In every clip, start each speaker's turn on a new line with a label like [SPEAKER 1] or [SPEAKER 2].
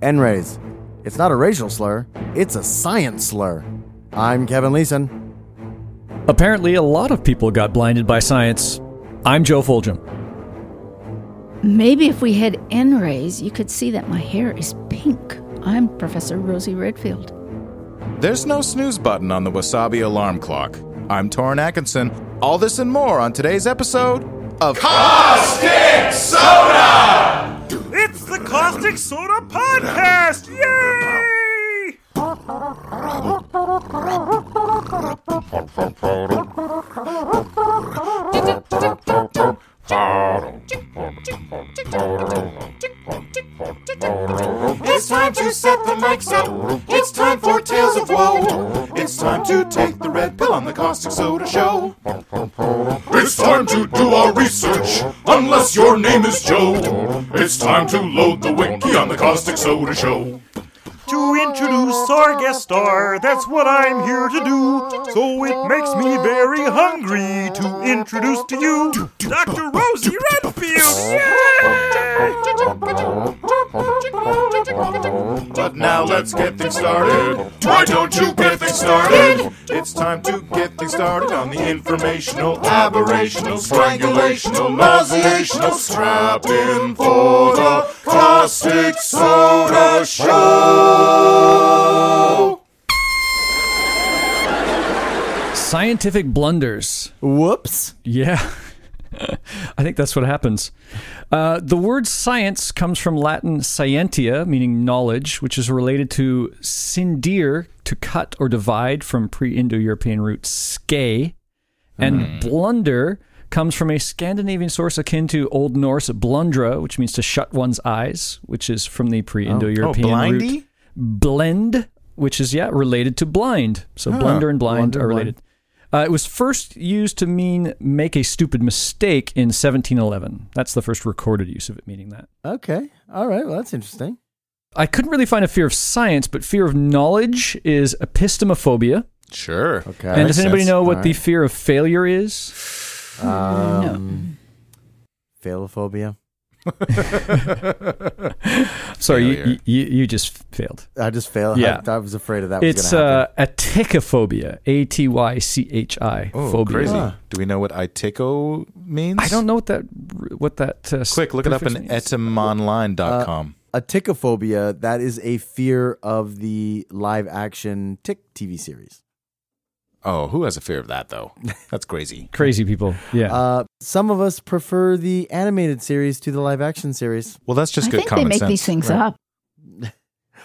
[SPEAKER 1] NRAs. It's not a racial slur, it's a science slur. I'm Kevin Leeson.
[SPEAKER 2] Apparently, a lot of people got blinded by science. I'm Joe Foljam.
[SPEAKER 3] Maybe if we had N rays, you could see that my hair is pink. I'm Professor Rosie Redfield.
[SPEAKER 4] There's no snooze button on the Wasabi alarm clock. I'm Torrin Atkinson. All this and more on today's episode of
[SPEAKER 5] It's the Caustic Soda Podcast! Yay!
[SPEAKER 4] It's time to set the mics up. It's time for Tales of Woe. It's time to take the red pill on the Caustic Soda Show. It's time to do our research, unless your name is Joe. It's time to load the wiki on the Caustic Soda Show.
[SPEAKER 5] To introduce our guest star, that's what I'm here to do. So it makes me very hungry to introduce to you Dr. Rosie Redfield! Yay!
[SPEAKER 4] But now let's get things started. Why don't you get things started? It's time to get things started on the informational, aberrational, strangulational, nauseational. Strap in for the Caustic Soda Show.
[SPEAKER 2] Scientific blunders.
[SPEAKER 1] Whoops.
[SPEAKER 2] Yeah. I think that's what happens. Uh, the word science comes from Latin scientia, meaning knowledge, which is related to cindir, to cut or divide, from pre Indo European root ske. And blunder comes from a Scandinavian source akin to Old Norse blundra, which means to shut one's eyes, which is from the pre Indo European
[SPEAKER 4] Oh,
[SPEAKER 2] root blend, which is yeah related to blind. So
[SPEAKER 1] Ah,
[SPEAKER 2] blunder and blind
[SPEAKER 1] blunder,
[SPEAKER 2] are related. Uh, it was first used to mean make a stupid mistake in 1711. That's the first recorded use of it meaning that.
[SPEAKER 1] Okay. All right. Well, that's interesting.
[SPEAKER 2] I couldn't really find a fear of science, but fear of knowledge is epistemophobia.
[SPEAKER 4] Sure.
[SPEAKER 1] Okay.
[SPEAKER 2] and does anybody know what
[SPEAKER 1] All
[SPEAKER 2] the
[SPEAKER 1] right.
[SPEAKER 2] fear of failure is?
[SPEAKER 1] Um, Phalophobia.
[SPEAKER 2] Sorry, you,
[SPEAKER 4] Failure.
[SPEAKER 2] you, you just failed.
[SPEAKER 1] I just failed.
[SPEAKER 2] Yeah.
[SPEAKER 1] I, I was afraid of that. was
[SPEAKER 2] It's
[SPEAKER 1] gonna
[SPEAKER 2] uh,
[SPEAKER 1] happen. Oh,
[SPEAKER 2] atichophobia, A T Y C H I phobia.
[SPEAKER 4] Do we know what itico means?
[SPEAKER 2] I don't know what that what that. Uh,
[SPEAKER 4] Quick, look it up
[SPEAKER 2] prefix
[SPEAKER 4] in
[SPEAKER 2] means.
[SPEAKER 1] uh,
[SPEAKER 4] etymonline.com.
[SPEAKER 1] a tickophobia. That is a fear of the live-action Tick TV series.
[SPEAKER 4] oh, who has a fear of that, though? That's crazy.
[SPEAKER 2] Crazy people. Yeah.
[SPEAKER 1] Uh, some of us prefer the animated series to the live-action series.
[SPEAKER 4] Well, that's just
[SPEAKER 3] I
[SPEAKER 4] good
[SPEAKER 3] think they
[SPEAKER 4] common
[SPEAKER 3] make
[SPEAKER 4] sense.
[SPEAKER 3] these things up.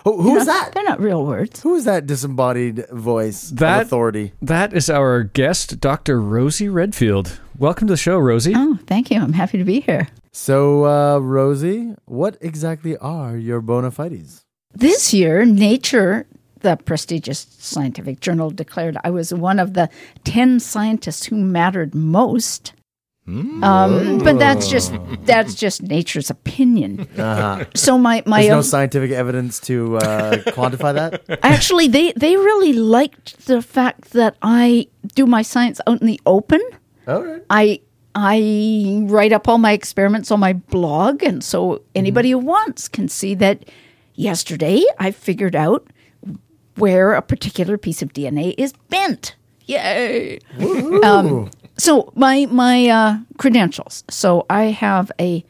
[SPEAKER 1] Who, who's
[SPEAKER 3] You know,
[SPEAKER 1] that?
[SPEAKER 3] They're not real words.
[SPEAKER 1] Who is that disembodied voice? of
[SPEAKER 2] That-
[SPEAKER 1] authority.
[SPEAKER 2] That is our guest, Dr. Rosie Redfield. Welcome to the show, Rosie.
[SPEAKER 3] Oh, thank you. I'm happy to be here.
[SPEAKER 1] So, uh, Rosie, what exactly are your bona fides?
[SPEAKER 3] This year, Nature, the prestigious scientific journal, declared I was one of the 10 scientists who mattered most.
[SPEAKER 4] Hmm.
[SPEAKER 3] Um, but that's just that's just nature's opinion. So my my
[SPEAKER 1] Uh-huh. There's no
[SPEAKER 3] own-
[SPEAKER 1] scientific evidence to uh, quantify that.
[SPEAKER 3] actually they they really liked the fact that I do my science out in the open.
[SPEAKER 1] All right.
[SPEAKER 3] I I write up all my experiments on my blog, and so anybody
[SPEAKER 1] Mm-hmm.
[SPEAKER 3] who wants can see that. Yesterday, I figured out where a particular piece of DNA is bent. Yay! Um, so my my uh, credentials. So I have a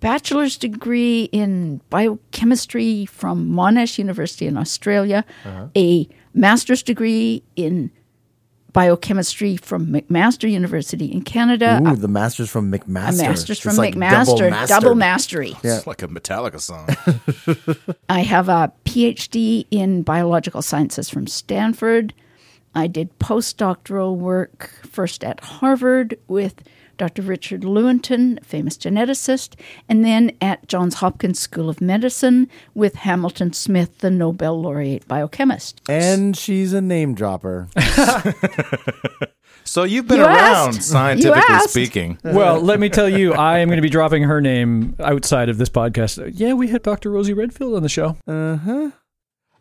[SPEAKER 3] bachelor's degree in biochemistry from Monash University in Australia,
[SPEAKER 1] Uh-huh.
[SPEAKER 3] a master's degree in biochemistry from McMaster University in Canada,
[SPEAKER 1] Ooh,
[SPEAKER 3] a-
[SPEAKER 1] the master's from
[SPEAKER 3] uh, a,
[SPEAKER 1] McMaster.
[SPEAKER 3] master's from
[SPEAKER 1] It's like
[SPEAKER 3] McMaster, double,
[SPEAKER 1] mastered.
[SPEAKER 3] mastery.
[SPEAKER 4] It's like a Metallica song.
[SPEAKER 3] I have a PhD in biological sciences from Stanford. I did postdoctoral work first at Harvard with Dr. Richard Lewontin, a famous geneticist, and then at Johns Hopkins School of Medicine with Hamilton Smith, the Nobel laureate biochemist.
[SPEAKER 1] And she's a name dropper.
[SPEAKER 4] So you've been
[SPEAKER 3] You
[SPEAKER 4] around,
[SPEAKER 3] asked.
[SPEAKER 4] scientifically
[SPEAKER 3] You asked.
[SPEAKER 4] speaking.
[SPEAKER 2] Well, let me tell you, I am going to be dropping her name outside of this podcast. Yeah, we had Dr. Rosie Redfield on the show.
[SPEAKER 1] I,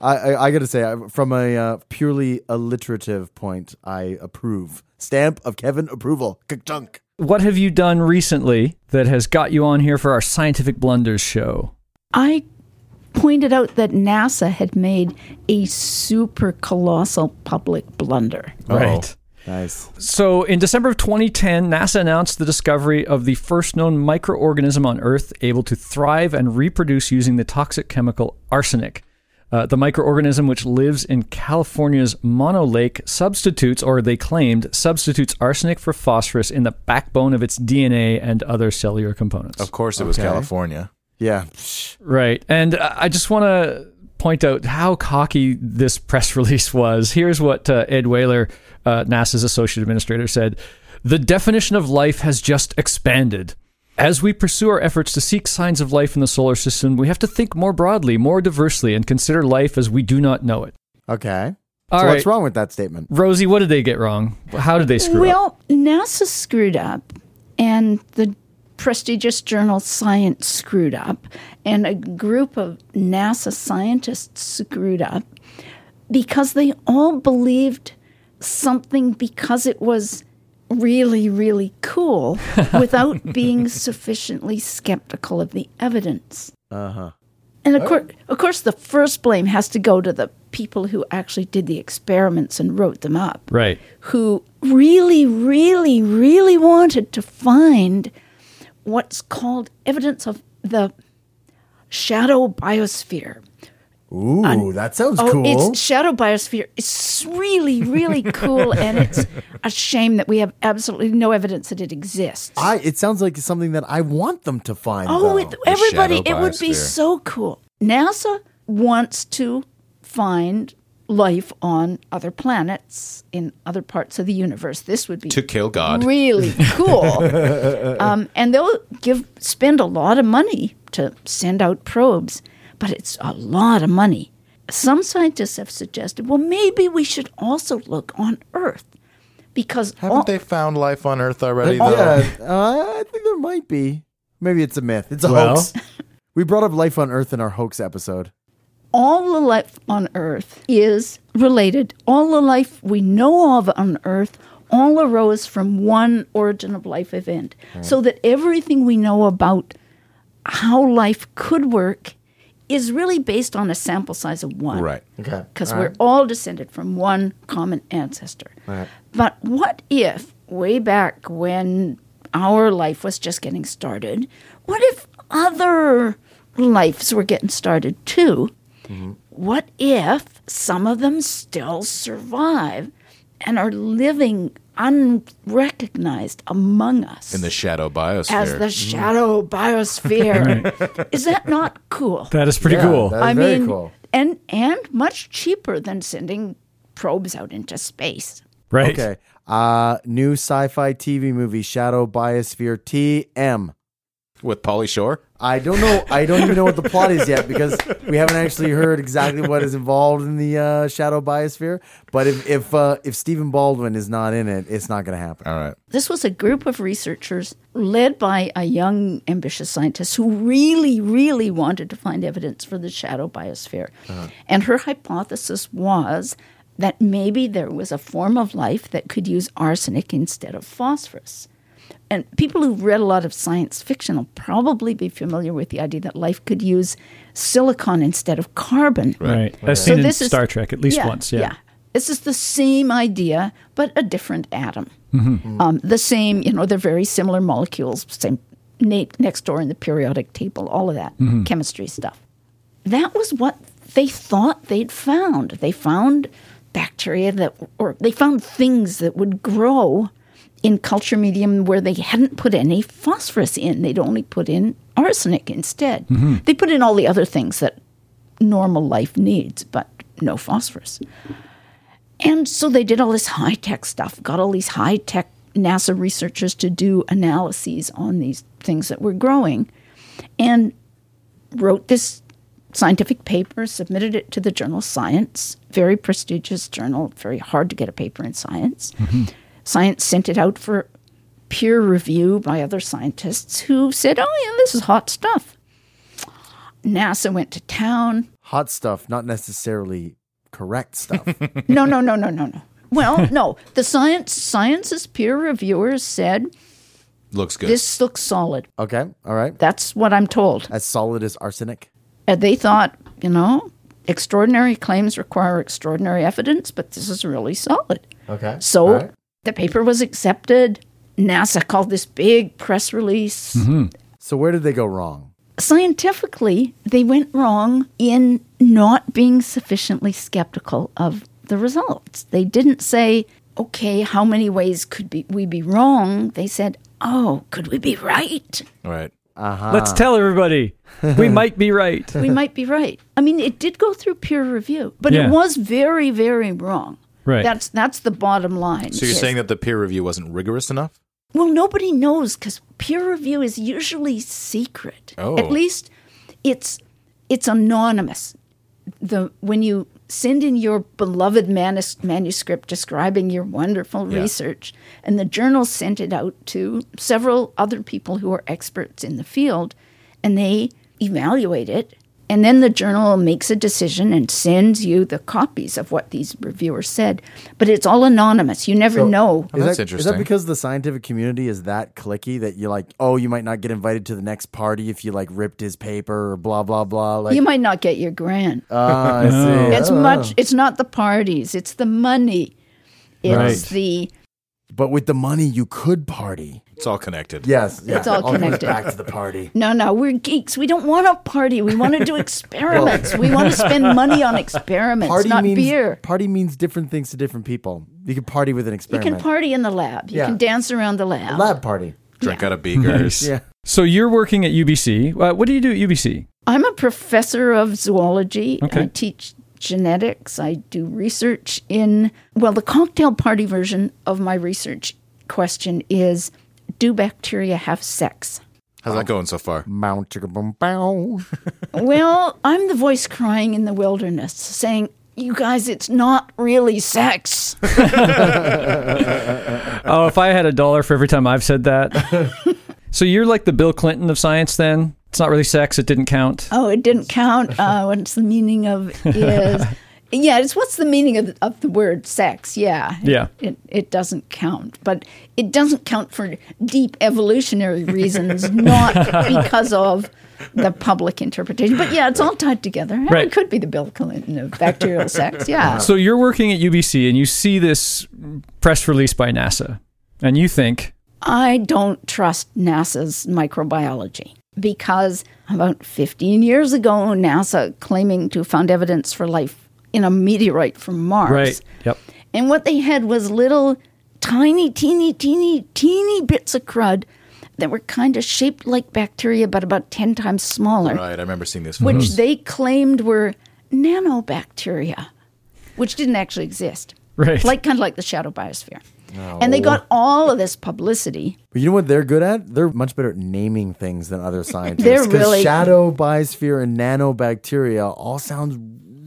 [SPEAKER 1] I, I got to say, I- from a uh, purely alliterative point, I approve. Stamp of Kevin approval. Ka-chunk.
[SPEAKER 2] What have you done recently that has got you on here for our scientific blunders show?
[SPEAKER 3] I pointed out that NASA had made a super colossal public blunder.
[SPEAKER 2] Right.
[SPEAKER 1] Nice.
[SPEAKER 2] So, in December of 2010, NASA announced the discovery of the first known microorganism on Earth able to thrive and reproduce using the toxic chemical arsenic. Uh, the microorganism, which lives in California's Mono Lake, substitutes, or they claimed, substitutes arsenic for phosphorus in the backbone of its DNA and other cellular components.
[SPEAKER 4] Of course, it was California.
[SPEAKER 1] Yeah.
[SPEAKER 2] Right. And I I just want to point out how cocky this press release was. Here's what uh, Ed Whaler, uh, NASA's associate administrator, said The definition of life has just expanded. As we pursue our efforts to seek signs of life in the solar system, we have to think more broadly, more diversely, and consider life as we do not know it.
[SPEAKER 1] Okay.
[SPEAKER 2] All
[SPEAKER 1] so
[SPEAKER 2] right,
[SPEAKER 1] what's wrong with that statement?
[SPEAKER 2] Rosie, what did they get wrong? How did they screw up?
[SPEAKER 3] Well, NASA screwed up, and the prestigious journal Science screwed up, and a group of NASA scientists screwed up because they all believed something because it was really, really cool without being sufficiently skeptical of the evidence.
[SPEAKER 2] Uh-huh.
[SPEAKER 3] And of, cour- of course, the first blame has to go to the people who actually did the experiments and wrote them up
[SPEAKER 2] Right.
[SPEAKER 3] who really, really, really wanted to find what's called evidence of the shadow biosphere.
[SPEAKER 1] Ooh, that sounds
[SPEAKER 3] Oh,
[SPEAKER 1] cool.
[SPEAKER 3] it's shadow biosphere. It's really, really cool, and it's a shame that we have absolutely no evidence that it exists.
[SPEAKER 1] I, it sounds like something that I want them to find.
[SPEAKER 3] oh,
[SPEAKER 1] though.
[SPEAKER 3] it, everybody,
[SPEAKER 4] shadow
[SPEAKER 3] it would be
[SPEAKER 4] biosphere.
[SPEAKER 3] so cool. NASA wants to find life on other planets in other parts of the universe. This would be
[SPEAKER 4] To kill God.
[SPEAKER 3] Really cool. um, and they'll give spend a lot of money to send out probes, but it's a lot of money. Some scientists have suggested, well, maybe we should also look on Earth because
[SPEAKER 4] Haven't
[SPEAKER 3] all-
[SPEAKER 4] they found life on Earth already? Though?
[SPEAKER 1] yeah, uh, I think there might be. Maybe it's a myth. It's a
[SPEAKER 2] Well.
[SPEAKER 1] hoax. We brought up life on Earth in our hoax episode.
[SPEAKER 3] all the life on Earth is related. All the life we know of on Earth all arose from one origin of life event. So that everything we know about how life could work is really based on a sample size of one
[SPEAKER 4] Right.
[SPEAKER 1] Okay.
[SPEAKER 3] because we're all descended from one common ancestor. But what if, way back when our life was just getting started, what if other lives were getting started too? What if some of them still survive and are living unrecognized among us
[SPEAKER 4] In the shadow biosphere.
[SPEAKER 3] as the shadow biosphere? Is that not cool?
[SPEAKER 2] That is pretty cool.
[SPEAKER 1] That is
[SPEAKER 3] I
[SPEAKER 1] very
[SPEAKER 3] mean,
[SPEAKER 1] cool.
[SPEAKER 3] and and much cheaper than sending probes out into space.
[SPEAKER 2] right.
[SPEAKER 1] Okay. Uh, new sci-fi TV movie Shadow Biosphere TM.
[SPEAKER 4] With Polly Shore?
[SPEAKER 1] I don't know. I don't even know what the plot is yet because we haven't actually heard exactly what is involved in the uh, Shadow Biosphere. But if if uh, if Stephen Baldwin is not in it, it's not going to happen.
[SPEAKER 4] All right.
[SPEAKER 3] This was a group of researchers led by a young, ambitious scientist who really, really wanted to find evidence for the shadow biosphere. And her hypothesis was that maybe there was a form of life that could use arsenic instead of phosphorus. And people who've read a lot of science fiction will probably be familiar with the idea that life could use silicon instead of carbon.
[SPEAKER 2] Right. I've seen in
[SPEAKER 3] this is-
[SPEAKER 2] Star Trek at least once. Yeah.
[SPEAKER 3] This is the same idea, but a different atom.
[SPEAKER 2] Mm-hmm.
[SPEAKER 3] Um, the same, you know, they're very similar molecules, same na- next door in the periodic table, all of that
[SPEAKER 2] Mm-hmm.
[SPEAKER 3] chemistry stuff. That was what they thought they'd found. They found bacteria that, or they found things that would grow in culture medium where they hadn't put any phosphorus in. They'd only put in arsenic instead.
[SPEAKER 2] Mm-hmm.
[SPEAKER 3] They put in all the other things that normal life needs, but no phosphorus. And so they did all this high tech stuff, got all these high tech NASA researchers to do analyses on these things that were growing, and wrote this scientific paper, submitted it to the journal Science, very prestigious journal, very hard to get a paper in science. Science sent it out for peer review by other scientists who said, Oh, yeah, this is hot stuff. NASA went to town,
[SPEAKER 1] Hot stuff, not necessarily correct stuff.
[SPEAKER 3] no, no, no, no, no, no. Well, no. The science science's peer reviewers said
[SPEAKER 4] Looks good.
[SPEAKER 3] this looks solid.
[SPEAKER 1] okay. All right.
[SPEAKER 3] That's what I'm told.
[SPEAKER 1] As solid as arsenic.
[SPEAKER 3] And they thought you know, extraordinary claims require extraordinary evidence, but this is really solid.
[SPEAKER 1] Okay.
[SPEAKER 3] So
[SPEAKER 1] All right.
[SPEAKER 3] the paper was accepted. NASA called this big press release.
[SPEAKER 1] So where did they go wrong?
[SPEAKER 3] Scientifically, they went wrong in not being sufficiently skeptical of the results. They didn't say, okay, how many ways could be, we be wrong? They said, oh, could we be right?
[SPEAKER 4] All right.
[SPEAKER 2] Let's tell everybody we might be right.
[SPEAKER 3] we might be right. I mean, it did go through peer review, but
[SPEAKER 2] Yeah.
[SPEAKER 3] it was very, very wrong.
[SPEAKER 2] Right.
[SPEAKER 3] That's that's the bottom line.
[SPEAKER 4] So you're
[SPEAKER 3] is-
[SPEAKER 4] saying that the peer review wasn't rigorous enough?
[SPEAKER 3] well, nobody knows because peer review is usually secret.
[SPEAKER 4] Oh.
[SPEAKER 3] At least it's it's anonymous. The when you send in your beloved manus- manuscript describing your wonderful
[SPEAKER 4] Yeah.
[SPEAKER 3] research, and the journal sent it out to several other people who are experts in the field, and they evaluate it. And then the journal makes a decision and sends you the copies of what these reviewers said. But it's all anonymous. You never know.
[SPEAKER 4] Oh, that's
[SPEAKER 1] that, Is that
[SPEAKER 4] interesting.
[SPEAKER 1] because the scientific community is that clicky that you're like, oh, you might not get invited to the next party if you like ripped his paper or blah blah blah? Like,
[SPEAKER 3] you might not get your grant.
[SPEAKER 1] ah, I see.
[SPEAKER 3] it's
[SPEAKER 1] Oh.
[SPEAKER 3] much. It's not the parties. It's the money. It's
[SPEAKER 2] Right.
[SPEAKER 3] the.
[SPEAKER 1] But with the money, you could party.
[SPEAKER 4] It's all connected.
[SPEAKER 1] Yes, yeah.
[SPEAKER 3] It's all
[SPEAKER 1] comes
[SPEAKER 3] connected.
[SPEAKER 1] Back to the party.
[SPEAKER 3] No, no, we're geeks. We don't want to party. We want to do experiments. we want to spend money on experiments,
[SPEAKER 1] Party
[SPEAKER 3] not
[SPEAKER 1] means
[SPEAKER 3] beer.
[SPEAKER 1] party means different things to different people. You can party with an
[SPEAKER 3] You
[SPEAKER 1] experiment.
[SPEAKER 3] can party in the lab. You
[SPEAKER 1] Yeah.
[SPEAKER 3] can dance around the lab.
[SPEAKER 1] Lab party.
[SPEAKER 4] Drink out of beakers.
[SPEAKER 1] Yeah.
[SPEAKER 2] So you're working at UBC. Uh, what do you do at UBC?
[SPEAKER 3] I'm a professor of zoology.
[SPEAKER 2] Okay.
[SPEAKER 3] I teach genetics. I do research in, well, the cocktail party version of my research question is do bacteria have sex?
[SPEAKER 4] How's that going so far?
[SPEAKER 1] Mount chicka boom bow.
[SPEAKER 3] Well, I'm the voice crying in the wilderness saying, you guys, it's not really sex.
[SPEAKER 2] Oh, if I had a dollar for every time I've said that. so you're like the Bill Clinton of science then? It's not really sex, it didn't count.
[SPEAKER 3] Oh, it didn't count. Uh, what's the meaning of is? Yeah, it's what's the meaning of, of the word sex? Yeah.
[SPEAKER 2] Yeah.
[SPEAKER 3] It, it doesn't count, but it doesn't count for deep evolutionary reasons, not because of the public interpretation. But yeah, it's all tied together. And
[SPEAKER 2] Right.
[SPEAKER 3] It could be the Bill Clinton of bacterial sex. Yeah.
[SPEAKER 2] So you're working at UBC and you see this press release by NASA and you think,
[SPEAKER 3] I don't trust NASA's microbiology because about 15 years ago, NASA claiming to have found evidence for life in a meteorite from Mars.
[SPEAKER 2] right, yep.
[SPEAKER 3] And what they had was little tiny, teeny, teeny, teeny bits of crud that were kind of shaped like bacteria, but about 10 times smaller,
[SPEAKER 4] Right. I remember seeing this.
[SPEAKER 3] which
[SPEAKER 2] Mm-hmm.
[SPEAKER 4] photos.
[SPEAKER 3] they claimed were nanobacteria, which didn't actually exist.
[SPEAKER 2] Right.
[SPEAKER 3] Like kind of like the shadow biosphere. And they got all of this publicity.
[SPEAKER 1] But you know what they're good at? They're much better at naming things than other scientists.
[SPEAKER 3] They're
[SPEAKER 1] 'Cause
[SPEAKER 3] really-
[SPEAKER 1] shadow, biosphere, and nanobacteria all sounds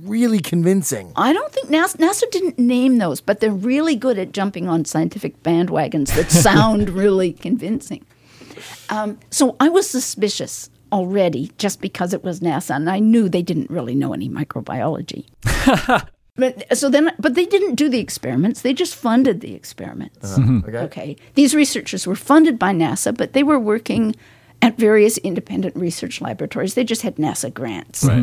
[SPEAKER 1] really convincing.
[SPEAKER 3] I don't think NASA, NASA didn't name those, but they're really good at jumping on scientific bandwagons that sound really convincing. Um, so I was suspicious already just because it was NASA, and I knew they didn't really know any microbiology. but so then, but they didn't do the experiments; they just funded the experiments.
[SPEAKER 1] Okay.
[SPEAKER 3] Okay. These researchers were funded by NASA, but they were working at various independent research laboratories. They just had NASA grants.
[SPEAKER 4] Right.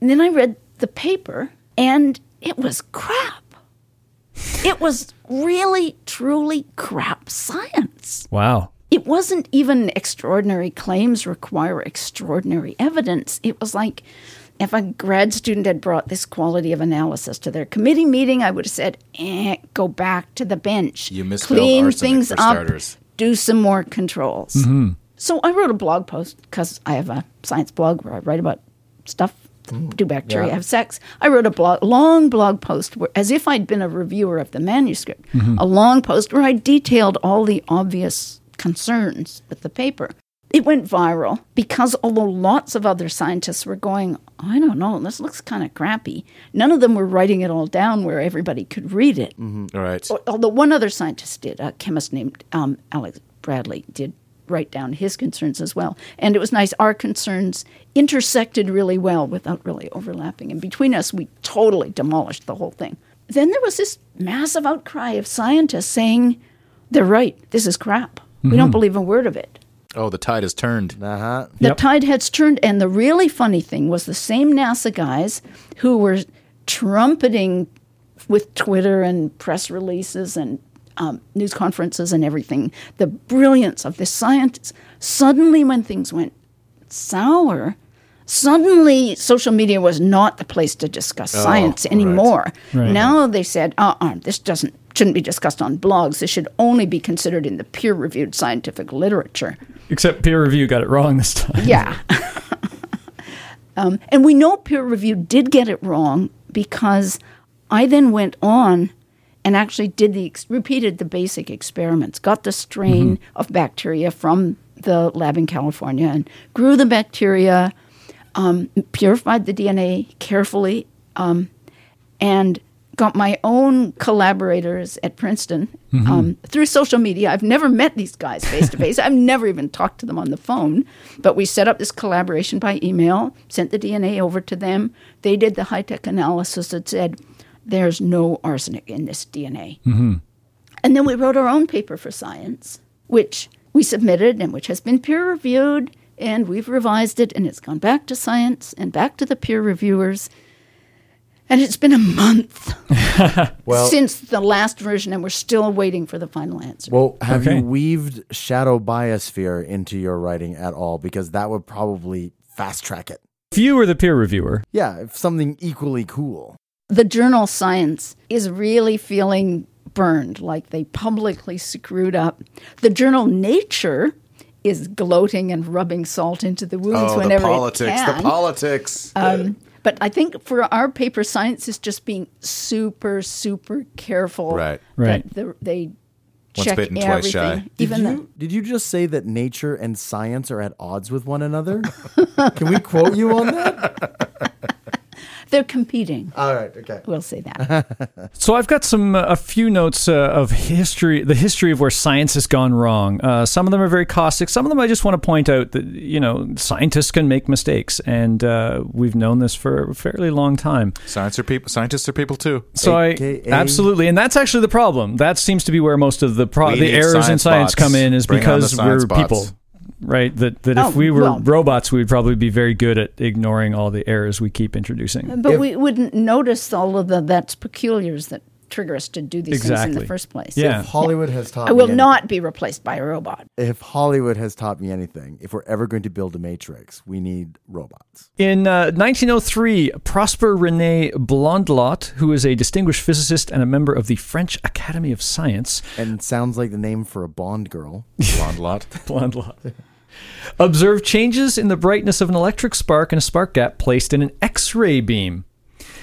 [SPEAKER 3] And then I read the paper, and it was crap. It was really, truly crap science.
[SPEAKER 2] Wow.
[SPEAKER 3] It wasn't even extraordinary claims require extraordinary evidence. It was like if a grad student had brought this quality of analysis to their committee meeting, I would have said, eh, go back to the bench.
[SPEAKER 4] You misspelled
[SPEAKER 3] Clean
[SPEAKER 4] arsenic
[SPEAKER 3] things
[SPEAKER 4] for
[SPEAKER 3] up.
[SPEAKER 4] starters."
[SPEAKER 3] Do some more controls. So I wrote a blog post because I have a science blog where I write about stuff. Do bacteria have sex? I wrote a blog, long blog post where, as if I'd been a reviewer of the manuscript, a long post where I detailed all the obvious concerns with the paper. It went viral because although lots of other scientists were going, I don't know, this looks kind of crappy, none of them were writing it all down where everybody could read it
[SPEAKER 4] All right.
[SPEAKER 3] although one other scientist did, a chemist named um, Alex Bradley did write down his concerns as well. And it was nice. Our concerns intersected really well without really overlapping. And between us, we totally demolished the whole thing. Then there was this massive outcry of scientists saying, they're right, this is crap. We don't believe a word of it.
[SPEAKER 4] Oh, the tide has turned.
[SPEAKER 1] Uh huh.
[SPEAKER 3] The
[SPEAKER 2] Yep.
[SPEAKER 3] tide has turned, and the really funny thing was the same NASA guys who were trumpeting with Twitter and press releases and um, news conferences and everything the brilliance of this scientist. Suddenly, when things went sour, suddenly social media was not the place to discuss science anymore. Now they said, uh uh this doesn't shouldn't be discussed on blogs. This should only be considered in the peer reviewed scientific literature.
[SPEAKER 2] Except peer review got it wrong this time.
[SPEAKER 3] Yeah. um, and we know peer review did get it wrong because I then went on and actually did the ex- repeated the basic experiments, got the strain of bacteria from the lab in California, and grew the bacteria, um, purified the DNA carefully, and got my own collaborators at Princeton um, through social media. I've never met these guys face to face. I've never even talked to them on the phone. But we set up this collaboration by email, sent the DNA over to them. They did the high tech analysis that said, there's no arsenic in this DNA. And then we wrote our own paper for science, which we submitted and which has been peer reviewed. And we've revised it, and it's gone back to science and back to the peer reviewers. And it's been a month since the last version, and we're still waiting for the final answer.
[SPEAKER 1] Well, have
[SPEAKER 2] Okay.
[SPEAKER 1] you weaved shadow biosphere into your writing at all? Because that would probably fast track it.
[SPEAKER 2] If you were the peer reviewer,
[SPEAKER 1] Yeah, if something equally cool.
[SPEAKER 3] the journal Science is really feeling burned, like they publicly screwed up. The journal Nature is gloating and rubbing salt into the wounds
[SPEAKER 4] Oh, the
[SPEAKER 3] whenever it
[SPEAKER 4] politics.
[SPEAKER 3] can.
[SPEAKER 4] The politics.
[SPEAKER 3] Um, But I think for our paper, science is just being super, super careful.
[SPEAKER 4] Right.
[SPEAKER 2] Right.
[SPEAKER 3] That the, they
[SPEAKER 4] Once
[SPEAKER 3] check
[SPEAKER 4] bitten, twice
[SPEAKER 3] everything.
[SPEAKER 4] shy.
[SPEAKER 3] Even
[SPEAKER 1] did
[SPEAKER 3] the,
[SPEAKER 1] you, did you just say that nature and science are at odds with one another? Can we quote you on that?
[SPEAKER 3] they're competing.
[SPEAKER 1] All right, okay.
[SPEAKER 3] We'll say that.
[SPEAKER 2] So I've got some uh, a few notes uh, of history, the history of where science has gone wrong. Uh, some of them are very caustic. Some of them I just want to point out that you know scientists can make mistakes, and uh, we've known this for a fairly long time.
[SPEAKER 4] Science are people. Scientists are people too.
[SPEAKER 2] So I
[SPEAKER 1] AKA.
[SPEAKER 2] absolutely, and that's actually the problem. That seems to be where most of the pro-
[SPEAKER 4] We
[SPEAKER 2] the
[SPEAKER 4] need
[SPEAKER 2] errors in
[SPEAKER 4] science
[SPEAKER 2] science
[SPEAKER 4] bots.
[SPEAKER 2] come in is
[SPEAKER 4] Bring on
[SPEAKER 2] because
[SPEAKER 4] the
[SPEAKER 2] we're
[SPEAKER 4] science bots.
[SPEAKER 2] people, right? That that
[SPEAKER 3] Oh,
[SPEAKER 2] if we were
[SPEAKER 3] well.
[SPEAKER 2] robots, we would probably be very good at ignoring all the errors we keep introducing.
[SPEAKER 3] but we wouldn't notice all of the that's peculiars that trigger us to do these things in
[SPEAKER 2] Exactly.
[SPEAKER 3] the first place.
[SPEAKER 2] Yeah.
[SPEAKER 1] If Hollywood has taught
[SPEAKER 3] I will
[SPEAKER 1] me any-
[SPEAKER 3] not be replaced by a robot.
[SPEAKER 1] If Hollywood has taught me anything, if we're ever going to build a matrix, we need robots.
[SPEAKER 2] In uh, 1903, Prosper René Blondelot, who is a distinguished physicist and a member of the French Academy of Science,
[SPEAKER 1] And sounds like the name for a Bond girl.
[SPEAKER 4] Blonde lot. Oh,
[SPEAKER 2] Blondelot, observed changes in the brightness of an electric spark in a spark gap placed in an X ray beam.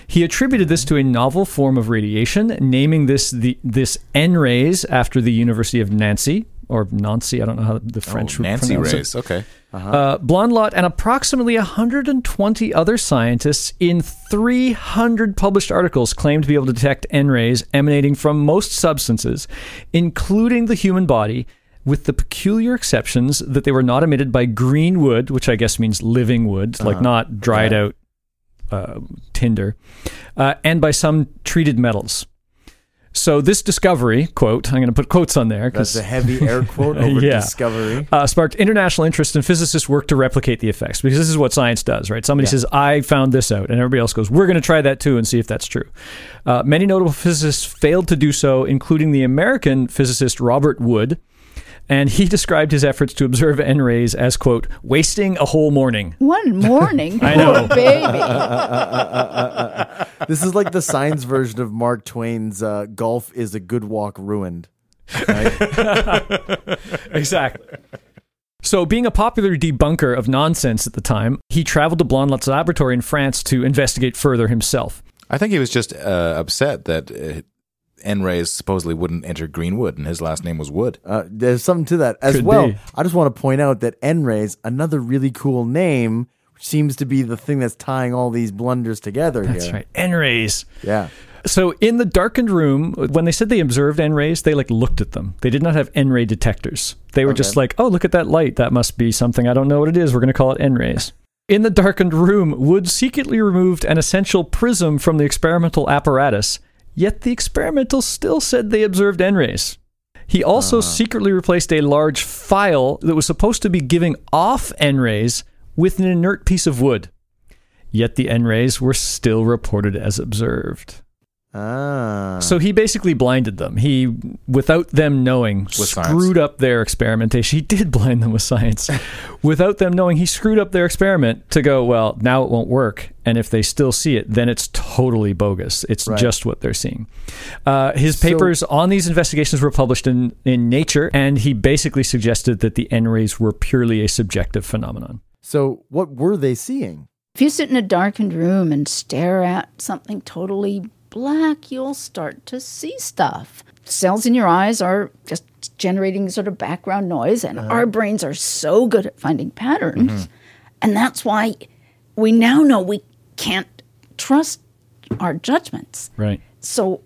[SPEAKER 2] He attributed this to a novel form of radiation, naming this the this N rays after the University of Nancy or Nancy. I don't know how the French would
[SPEAKER 4] Oh, Nancy
[SPEAKER 2] pronounce it.
[SPEAKER 4] Rays. Okay.
[SPEAKER 1] Uh-huh.
[SPEAKER 2] Uh, Blondlot and approximately 120 other scientists in 300 published articles claim to be able to detect N rays emanating from most substances, including the human body, with the peculiar exceptions that they were not emitted by green wood, which I guess means living wood,
[SPEAKER 1] Uh-huh.
[SPEAKER 2] like not dried out uh, tinder, uh, and by some treated metals. So this discovery, quote, I'm going to put quotes on there
[SPEAKER 1] That's
[SPEAKER 2] because
[SPEAKER 1] a heavy air quote over
[SPEAKER 2] Yeah.
[SPEAKER 1] discovery.
[SPEAKER 2] uh, sparked international interest, and physicists worked to replicate the effects because this is what science does, right? Somebody says, I found this out, and everybody else goes, We're going to try that too and see if that's true. Uh, many notable physicists failed to do so, including the American physicist Robert Wood, and he described his efforts to observe N rays as, quote, wasting a whole morning.
[SPEAKER 3] One morning,
[SPEAKER 2] I know.
[SPEAKER 3] poor baby.
[SPEAKER 1] This is like the science version of Mark Twain's uh, Golf is a Good Walk Ruined.
[SPEAKER 2] exactly. So, being a popular debunker of nonsense at the time, he traveled to Blondlot's laboratory in France to investigate further himself.
[SPEAKER 4] I think he was just uh, upset that uh, N Rays supposedly wouldn't enter Greenwood, and his last name was Wood.
[SPEAKER 1] Uh, there's something to that as
[SPEAKER 2] Could
[SPEAKER 1] well.
[SPEAKER 2] be.
[SPEAKER 1] I just want to point out that N Rays, another really cool name, seems to be the thing that's tying all these blunders together
[SPEAKER 2] That's
[SPEAKER 1] here.
[SPEAKER 2] right, N rays.
[SPEAKER 1] Yeah.
[SPEAKER 2] So in the darkened room, when they said they observed N rays, they like looked at them. They did not have N ray detectors. They were just like, oh, look at that light. That must be something. I don't know what it is. We're going to call it N rays. In the darkened room, Wood secretly removed an essential prism from the experimental apparatus, yet the experimental still said they observed N rays. He also secretly replaced a large file that was supposed to be giving off N rays with an inert piece of wood. Yet the N rays were still reported as observed.
[SPEAKER 1] Ah.
[SPEAKER 2] So he basically blinded them. He, without them knowing,
[SPEAKER 4] science.
[SPEAKER 2] screwed up their experimentation. He did blind them with science. without them knowing, he screwed up their experiment to go, well, now it won't work. And if they still see it, then it's totally bogus. It's just what they're seeing. Uh, his papers on these investigations were published in, in Nature, and he basically suggested that the N rays were purely a subjective phenomenon.
[SPEAKER 1] So what were they seeing?
[SPEAKER 3] If you sit in a darkened room and stare at something totally black, you'll start to see stuff. Cells in your eyes are just generating sort of background noise, and
[SPEAKER 1] Uh-huh.
[SPEAKER 3] our brains are so good at finding patterns.
[SPEAKER 1] Mm-hmm.
[SPEAKER 3] And that's why we now know we can't trust our judgments.
[SPEAKER 2] Right.
[SPEAKER 3] So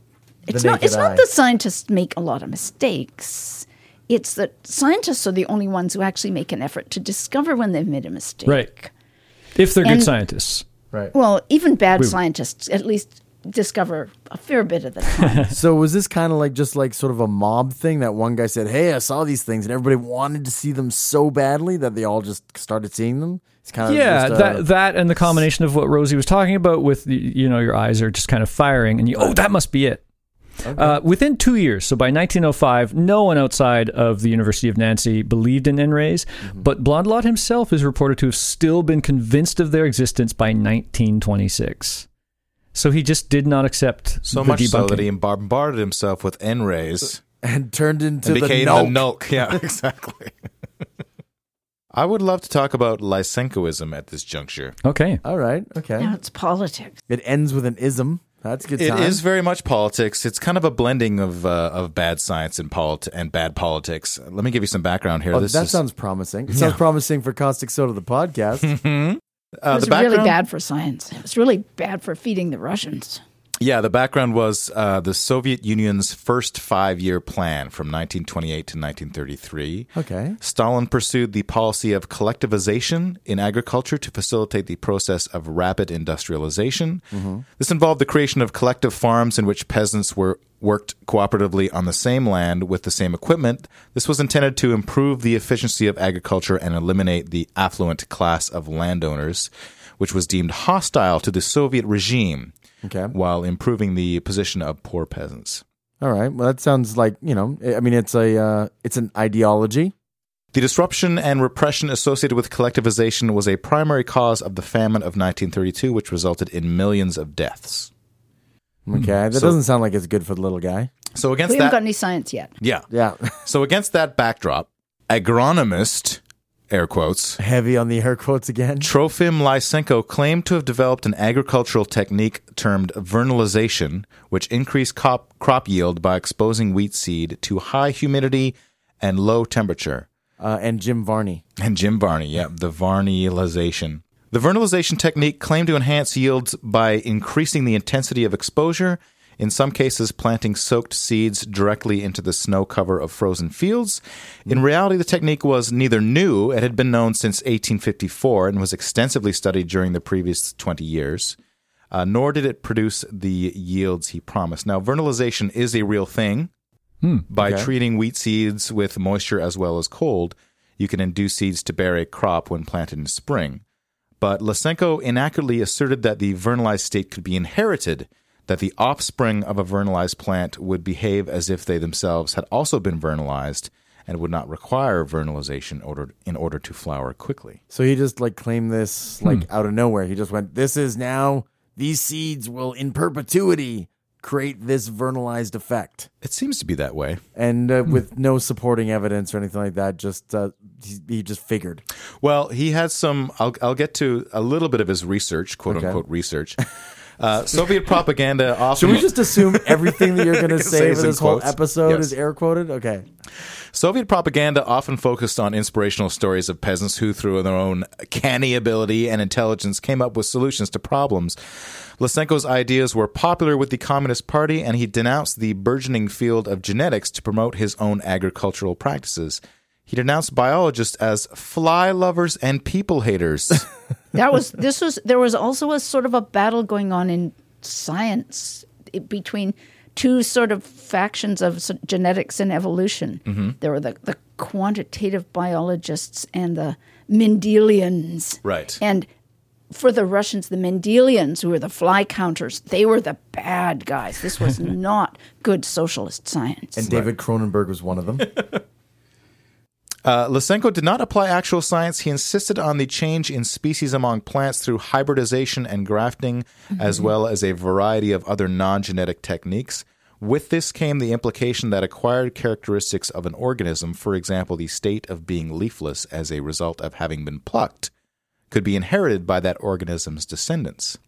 [SPEAKER 3] it's not
[SPEAKER 1] naked
[SPEAKER 3] it's
[SPEAKER 1] eye.
[SPEAKER 3] not that scientists make a lot of mistakes. It's that scientists are the only ones who actually make an effort to discover when they've made a mistake.
[SPEAKER 2] Right. If they're
[SPEAKER 3] And-
[SPEAKER 2] good scientists.
[SPEAKER 1] Right.
[SPEAKER 3] Well, even bad scientists at least discover a fair bit of the time.
[SPEAKER 1] So was this kind of like just like sort of a mob thing that one guy said, "Hey, I saw these things," and everybody wanted to see them so badly that they all just started seeing them? It's kind of
[SPEAKER 2] yeah
[SPEAKER 1] just, uh,
[SPEAKER 2] that that and the combination of what rosie was talking about with y- you know your eyes are just kind of firing and you oh that must be it uh, within two years so by 1905 no one outside of the university of nancy believed in n-rays
[SPEAKER 4] Mm-hmm.
[SPEAKER 2] but blondlot himself is reported to have still been convinced of their existence by 1926 so he just did not accept
[SPEAKER 4] So
[SPEAKER 2] the
[SPEAKER 4] much so
[SPEAKER 2] debunking.
[SPEAKER 4] that he bombarded himself with N rays
[SPEAKER 1] and turned into
[SPEAKER 4] and
[SPEAKER 1] the
[SPEAKER 4] became
[SPEAKER 1] no.
[SPEAKER 4] the Nulk. Yeah, exactly. I would love to talk about Lysenkoism at this juncture.
[SPEAKER 2] okay
[SPEAKER 1] All right. Okay.
[SPEAKER 3] now it's politics.
[SPEAKER 1] It ends with an ism. That's good.
[SPEAKER 4] It is
[SPEAKER 1] time.
[SPEAKER 4] very much politics. It's kind of a blending of uh, of bad science and polit- and bad politics. Let me give you some background here.
[SPEAKER 1] Oh,
[SPEAKER 4] this
[SPEAKER 1] that
[SPEAKER 4] is,
[SPEAKER 1] sounds promising. It sounds promising for Caustic Soda, the podcast.
[SPEAKER 4] uh,
[SPEAKER 3] it was
[SPEAKER 4] the background.
[SPEAKER 3] really bad for science. It was really bad for feeding the Russians.
[SPEAKER 4] Yeah, the background was uh, the Soviet Union's first five year plan from 1928 to 1933.
[SPEAKER 1] okay.
[SPEAKER 4] Stalin pursued the policy of collectivization in agriculture to facilitate the process of rapid industrialization. This involved the creation of collective farms in which peasants were worked cooperatively on the same land with the same equipment. This was intended to improve the efficiency of agriculture and eliminate the affluent class of landowners, which was deemed hostile to the Soviet regime
[SPEAKER 1] Okay.
[SPEAKER 4] while improving the position of poor peasants.
[SPEAKER 1] All right. Well, that sounds like you know. I mean, it's a uh, it's an ideology.
[SPEAKER 4] The disruption and repression associated with collectivization was a primary cause of the famine of 1932, which resulted in millions of deaths.
[SPEAKER 1] Okay. That
[SPEAKER 4] Hmm. So-
[SPEAKER 1] doesn't sound like it's good for the little guy.
[SPEAKER 4] So
[SPEAKER 3] We
[SPEAKER 4] against
[SPEAKER 3] haven't
[SPEAKER 4] that,
[SPEAKER 3] got any science yet.
[SPEAKER 4] yeah.
[SPEAKER 1] Yeah.
[SPEAKER 4] So against that backdrop, agronomist air quotes
[SPEAKER 1] Heavy on the air quotes again.
[SPEAKER 4] Trofim Lysenko claimed to have developed an agricultural technique termed vernalization, which increased cop- crop yield by exposing wheat seed to high humidity and low temperature.
[SPEAKER 1] Uh, and Jim Varney.
[SPEAKER 4] And Jim Varney, yeah, the Varneyization. The vernalization technique claimed to enhance yields by increasing the intensity of exposure, in some cases, planting soaked seeds directly into the snow cover of frozen fields. In reality, the technique was neither new, it had been known since 1854 and was extensively studied during the previous 20 years. Uh, nor did it produce the yields he promised. Now, vernalization is a real thing. By treating wheat seeds with moisture as well as cold, you can induce seeds to bear a crop when planted in spring. But Lysenko inaccurately asserted that the vernalized state could be inherited, that the offspring of a vernalized plant would behave as if they themselves had also been vernalized and would not require vernalization order, in order to flower quickly.
[SPEAKER 1] So he just like claimed this like out of nowhere. He just went, "This is now. These seeds will in perpetuity create this vernalized effect."
[SPEAKER 4] It seems to be that way.
[SPEAKER 1] And uh, with no supporting evidence or anything like that, just uh, he, he just figured.
[SPEAKER 4] Well, he has some. I'll, I'll get to a little bit of his research, quote unquote research. Uh, Soviet propaganda often.
[SPEAKER 1] Should we just assume everything that you're going to say
[SPEAKER 4] say
[SPEAKER 1] for
[SPEAKER 4] is in
[SPEAKER 1] this whole
[SPEAKER 4] quotes.
[SPEAKER 1] episode
[SPEAKER 4] Yes.
[SPEAKER 1] is air quoted? Okay.
[SPEAKER 4] Soviet propaganda often focused on inspirational stories of peasants who, through their own canny ability and intelligence, came up with solutions to problems. Lysenko's ideas were popular with the Communist Party, and he denounced the burgeoning field of genetics to promote his own agricultural practices. He denounced biologists as fly lovers and people haters.
[SPEAKER 3] That was this was there was also a sort of a battle going on in science between two sort of factions of s- genetics and evolution.
[SPEAKER 4] Mm-hmm.
[SPEAKER 3] There were the, the quantitative biologists and the Mendelians.
[SPEAKER 4] Right.
[SPEAKER 3] And for the Russians, the Mendelians, who were the fly counters, they were the bad guys. This was not good socialist science.
[SPEAKER 1] And David Cronenberg was one of them.
[SPEAKER 4] Uh, Lysenko did not apply actual science. He insisted on the change in species among plants through hybridization and grafting, as well as a variety of other non genetic techniques. With this came the implication that acquired characteristics of an organism, for example, the state of being leafless as a result of having been plucked, could be inherited by that organism's descendants.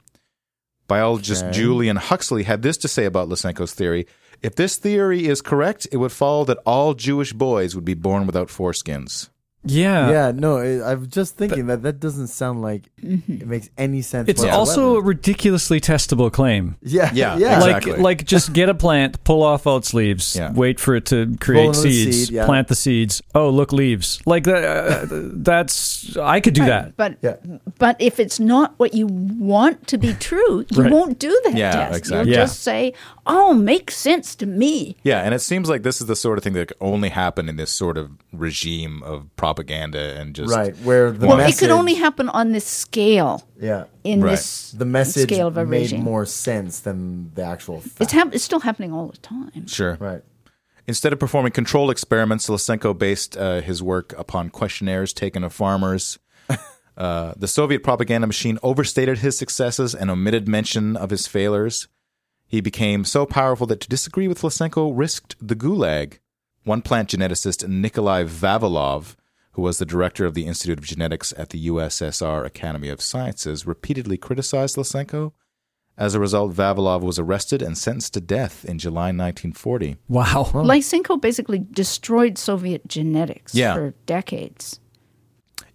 [SPEAKER 4] Biologist Julian Huxley had this to say about Lysenko's theory. If this theory is correct, it would follow that all Jewish boys would be born without foreskins.
[SPEAKER 2] Yeah.
[SPEAKER 1] yeah, no, I I was just thinking that that doesn't sound like it makes any sense.
[SPEAKER 2] It's
[SPEAKER 1] whatsoever.
[SPEAKER 2] also a ridiculously testable claim.
[SPEAKER 1] yeah,
[SPEAKER 4] Yeah,
[SPEAKER 1] yeah,
[SPEAKER 4] exactly.
[SPEAKER 2] Like, like, just get a plant, pull off all its leaves,
[SPEAKER 4] Yeah.
[SPEAKER 2] wait for it to create
[SPEAKER 1] another
[SPEAKER 2] seeds,
[SPEAKER 1] seed, yeah.
[SPEAKER 2] plant the seeds. Oh, look, leaves. Like that. Uh, that's I could do that.
[SPEAKER 3] But
[SPEAKER 1] Yeah.
[SPEAKER 3] but if it's not what you want to be true, you
[SPEAKER 2] Right.
[SPEAKER 3] won't do that
[SPEAKER 4] Yeah,
[SPEAKER 3] test.
[SPEAKER 4] exactly.
[SPEAKER 3] You'll
[SPEAKER 2] Yeah.
[SPEAKER 3] just say, "Oh, makes sense to me."
[SPEAKER 4] Yeah, and it seems like this is the sort of thing that could only happen in this sort of regime of propaganda and just
[SPEAKER 1] right. Where the
[SPEAKER 3] Well,
[SPEAKER 1] message,
[SPEAKER 3] it could only happen on this scale
[SPEAKER 1] yeah,
[SPEAKER 3] in
[SPEAKER 4] Right.
[SPEAKER 3] this
[SPEAKER 1] the message
[SPEAKER 3] scale of a
[SPEAKER 1] made
[SPEAKER 3] regime.
[SPEAKER 1] more sense than the actual. Fact.
[SPEAKER 3] it's hap- it's still happening all the time.
[SPEAKER 4] Sure.
[SPEAKER 1] right.
[SPEAKER 4] Instead of performing controlled experiments, Lysenko based uh, his work upon questionnaires taken of farmers. Uh, the Soviet propaganda machine overstated his successes and omitted mention of his failures. He became so powerful that to disagree with Lysenko risked the gulag. One plant geneticist, Nikolai Vavilov, who was the director of the Institute of Genetics at the USSR Academy of Sciences, repeatedly criticized Lysenko. As a result, Vavilov was arrested and sentenced to death in July 1940.
[SPEAKER 2] Wow.
[SPEAKER 3] Lysenko basically destroyed Soviet genetics
[SPEAKER 4] Yeah.
[SPEAKER 3] for decades.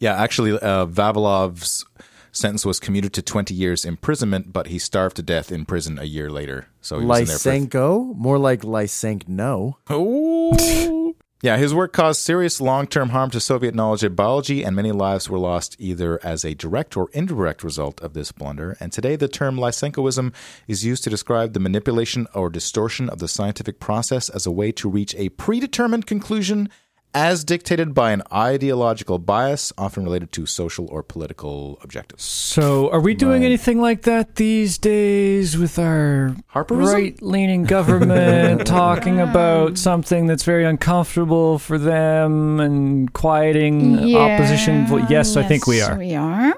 [SPEAKER 4] Yeah, actually, uh, Vavilov's sentence was commuted to 20 years imprisonment, but he starved to death in prison a year later. So he was in there
[SPEAKER 1] Lysenko, more like Lysenk. No,
[SPEAKER 4] for. Ooh. yeah, his work caused serious long term harm to Soviet knowledge of biology, and many lives were lost either as a direct or indirect result of this blunder. And today, the term Lysenkoism is used to describe the manipulation or distortion of the scientific process as a way to reach a predetermined conclusion. As dictated by an ideological bias, often related to social or political objectives.
[SPEAKER 2] So, are we doing anything like that these days with our
[SPEAKER 4] Harperism?
[SPEAKER 2] right-leaning government talking about something that's very uncomfortable for them and quieting opposition? vo- yes, I think we
[SPEAKER 3] Yes,
[SPEAKER 2] are.
[SPEAKER 3] We are.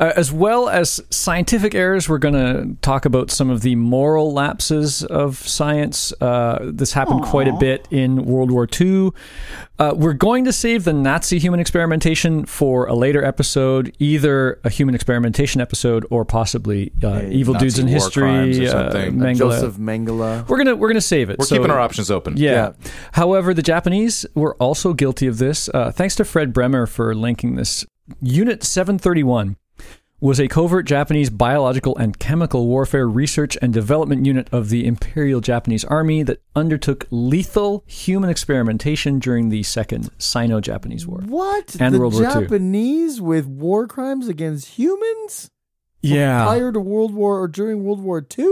[SPEAKER 2] Uh, as well as scientific errors, we're going to talk about some of the moral lapses of science. Uh, this happened quite a bit in World War II. Uh, we're going to save the Nazi human experimentation for a later episode, either a human experimentation episode or possibly uh, Evil
[SPEAKER 4] Nazi
[SPEAKER 2] Dudes in
[SPEAKER 4] war crimes
[SPEAKER 2] History,
[SPEAKER 4] or
[SPEAKER 2] uh,
[SPEAKER 4] something.
[SPEAKER 2] Mengele.
[SPEAKER 1] Joseph Mengele.
[SPEAKER 2] We're gonna we're gonna save it.
[SPEAKER 4] We're
[SPEAKER 2] So-
[SPEAKER 4] keeping our options open.
[SPEAKER 2] yeah. However, the Japanese were also guilty of this. Uh, thanks to Fred Bremer for linking this. Unit 731 was a covert Japanese biological and chemical warfare research and development unit of the Imperial Japanese Army that undertook lethal human experimentation during the Second Sino Japanese War.
[SPEAKER 1] What?
[SPEAKER 2] And
[SPEAKER 1] the
[SPEAKER 2] World War II.
[SPEAKER 1] Japanese with war crimes against humans? Prior to World War or during World War II?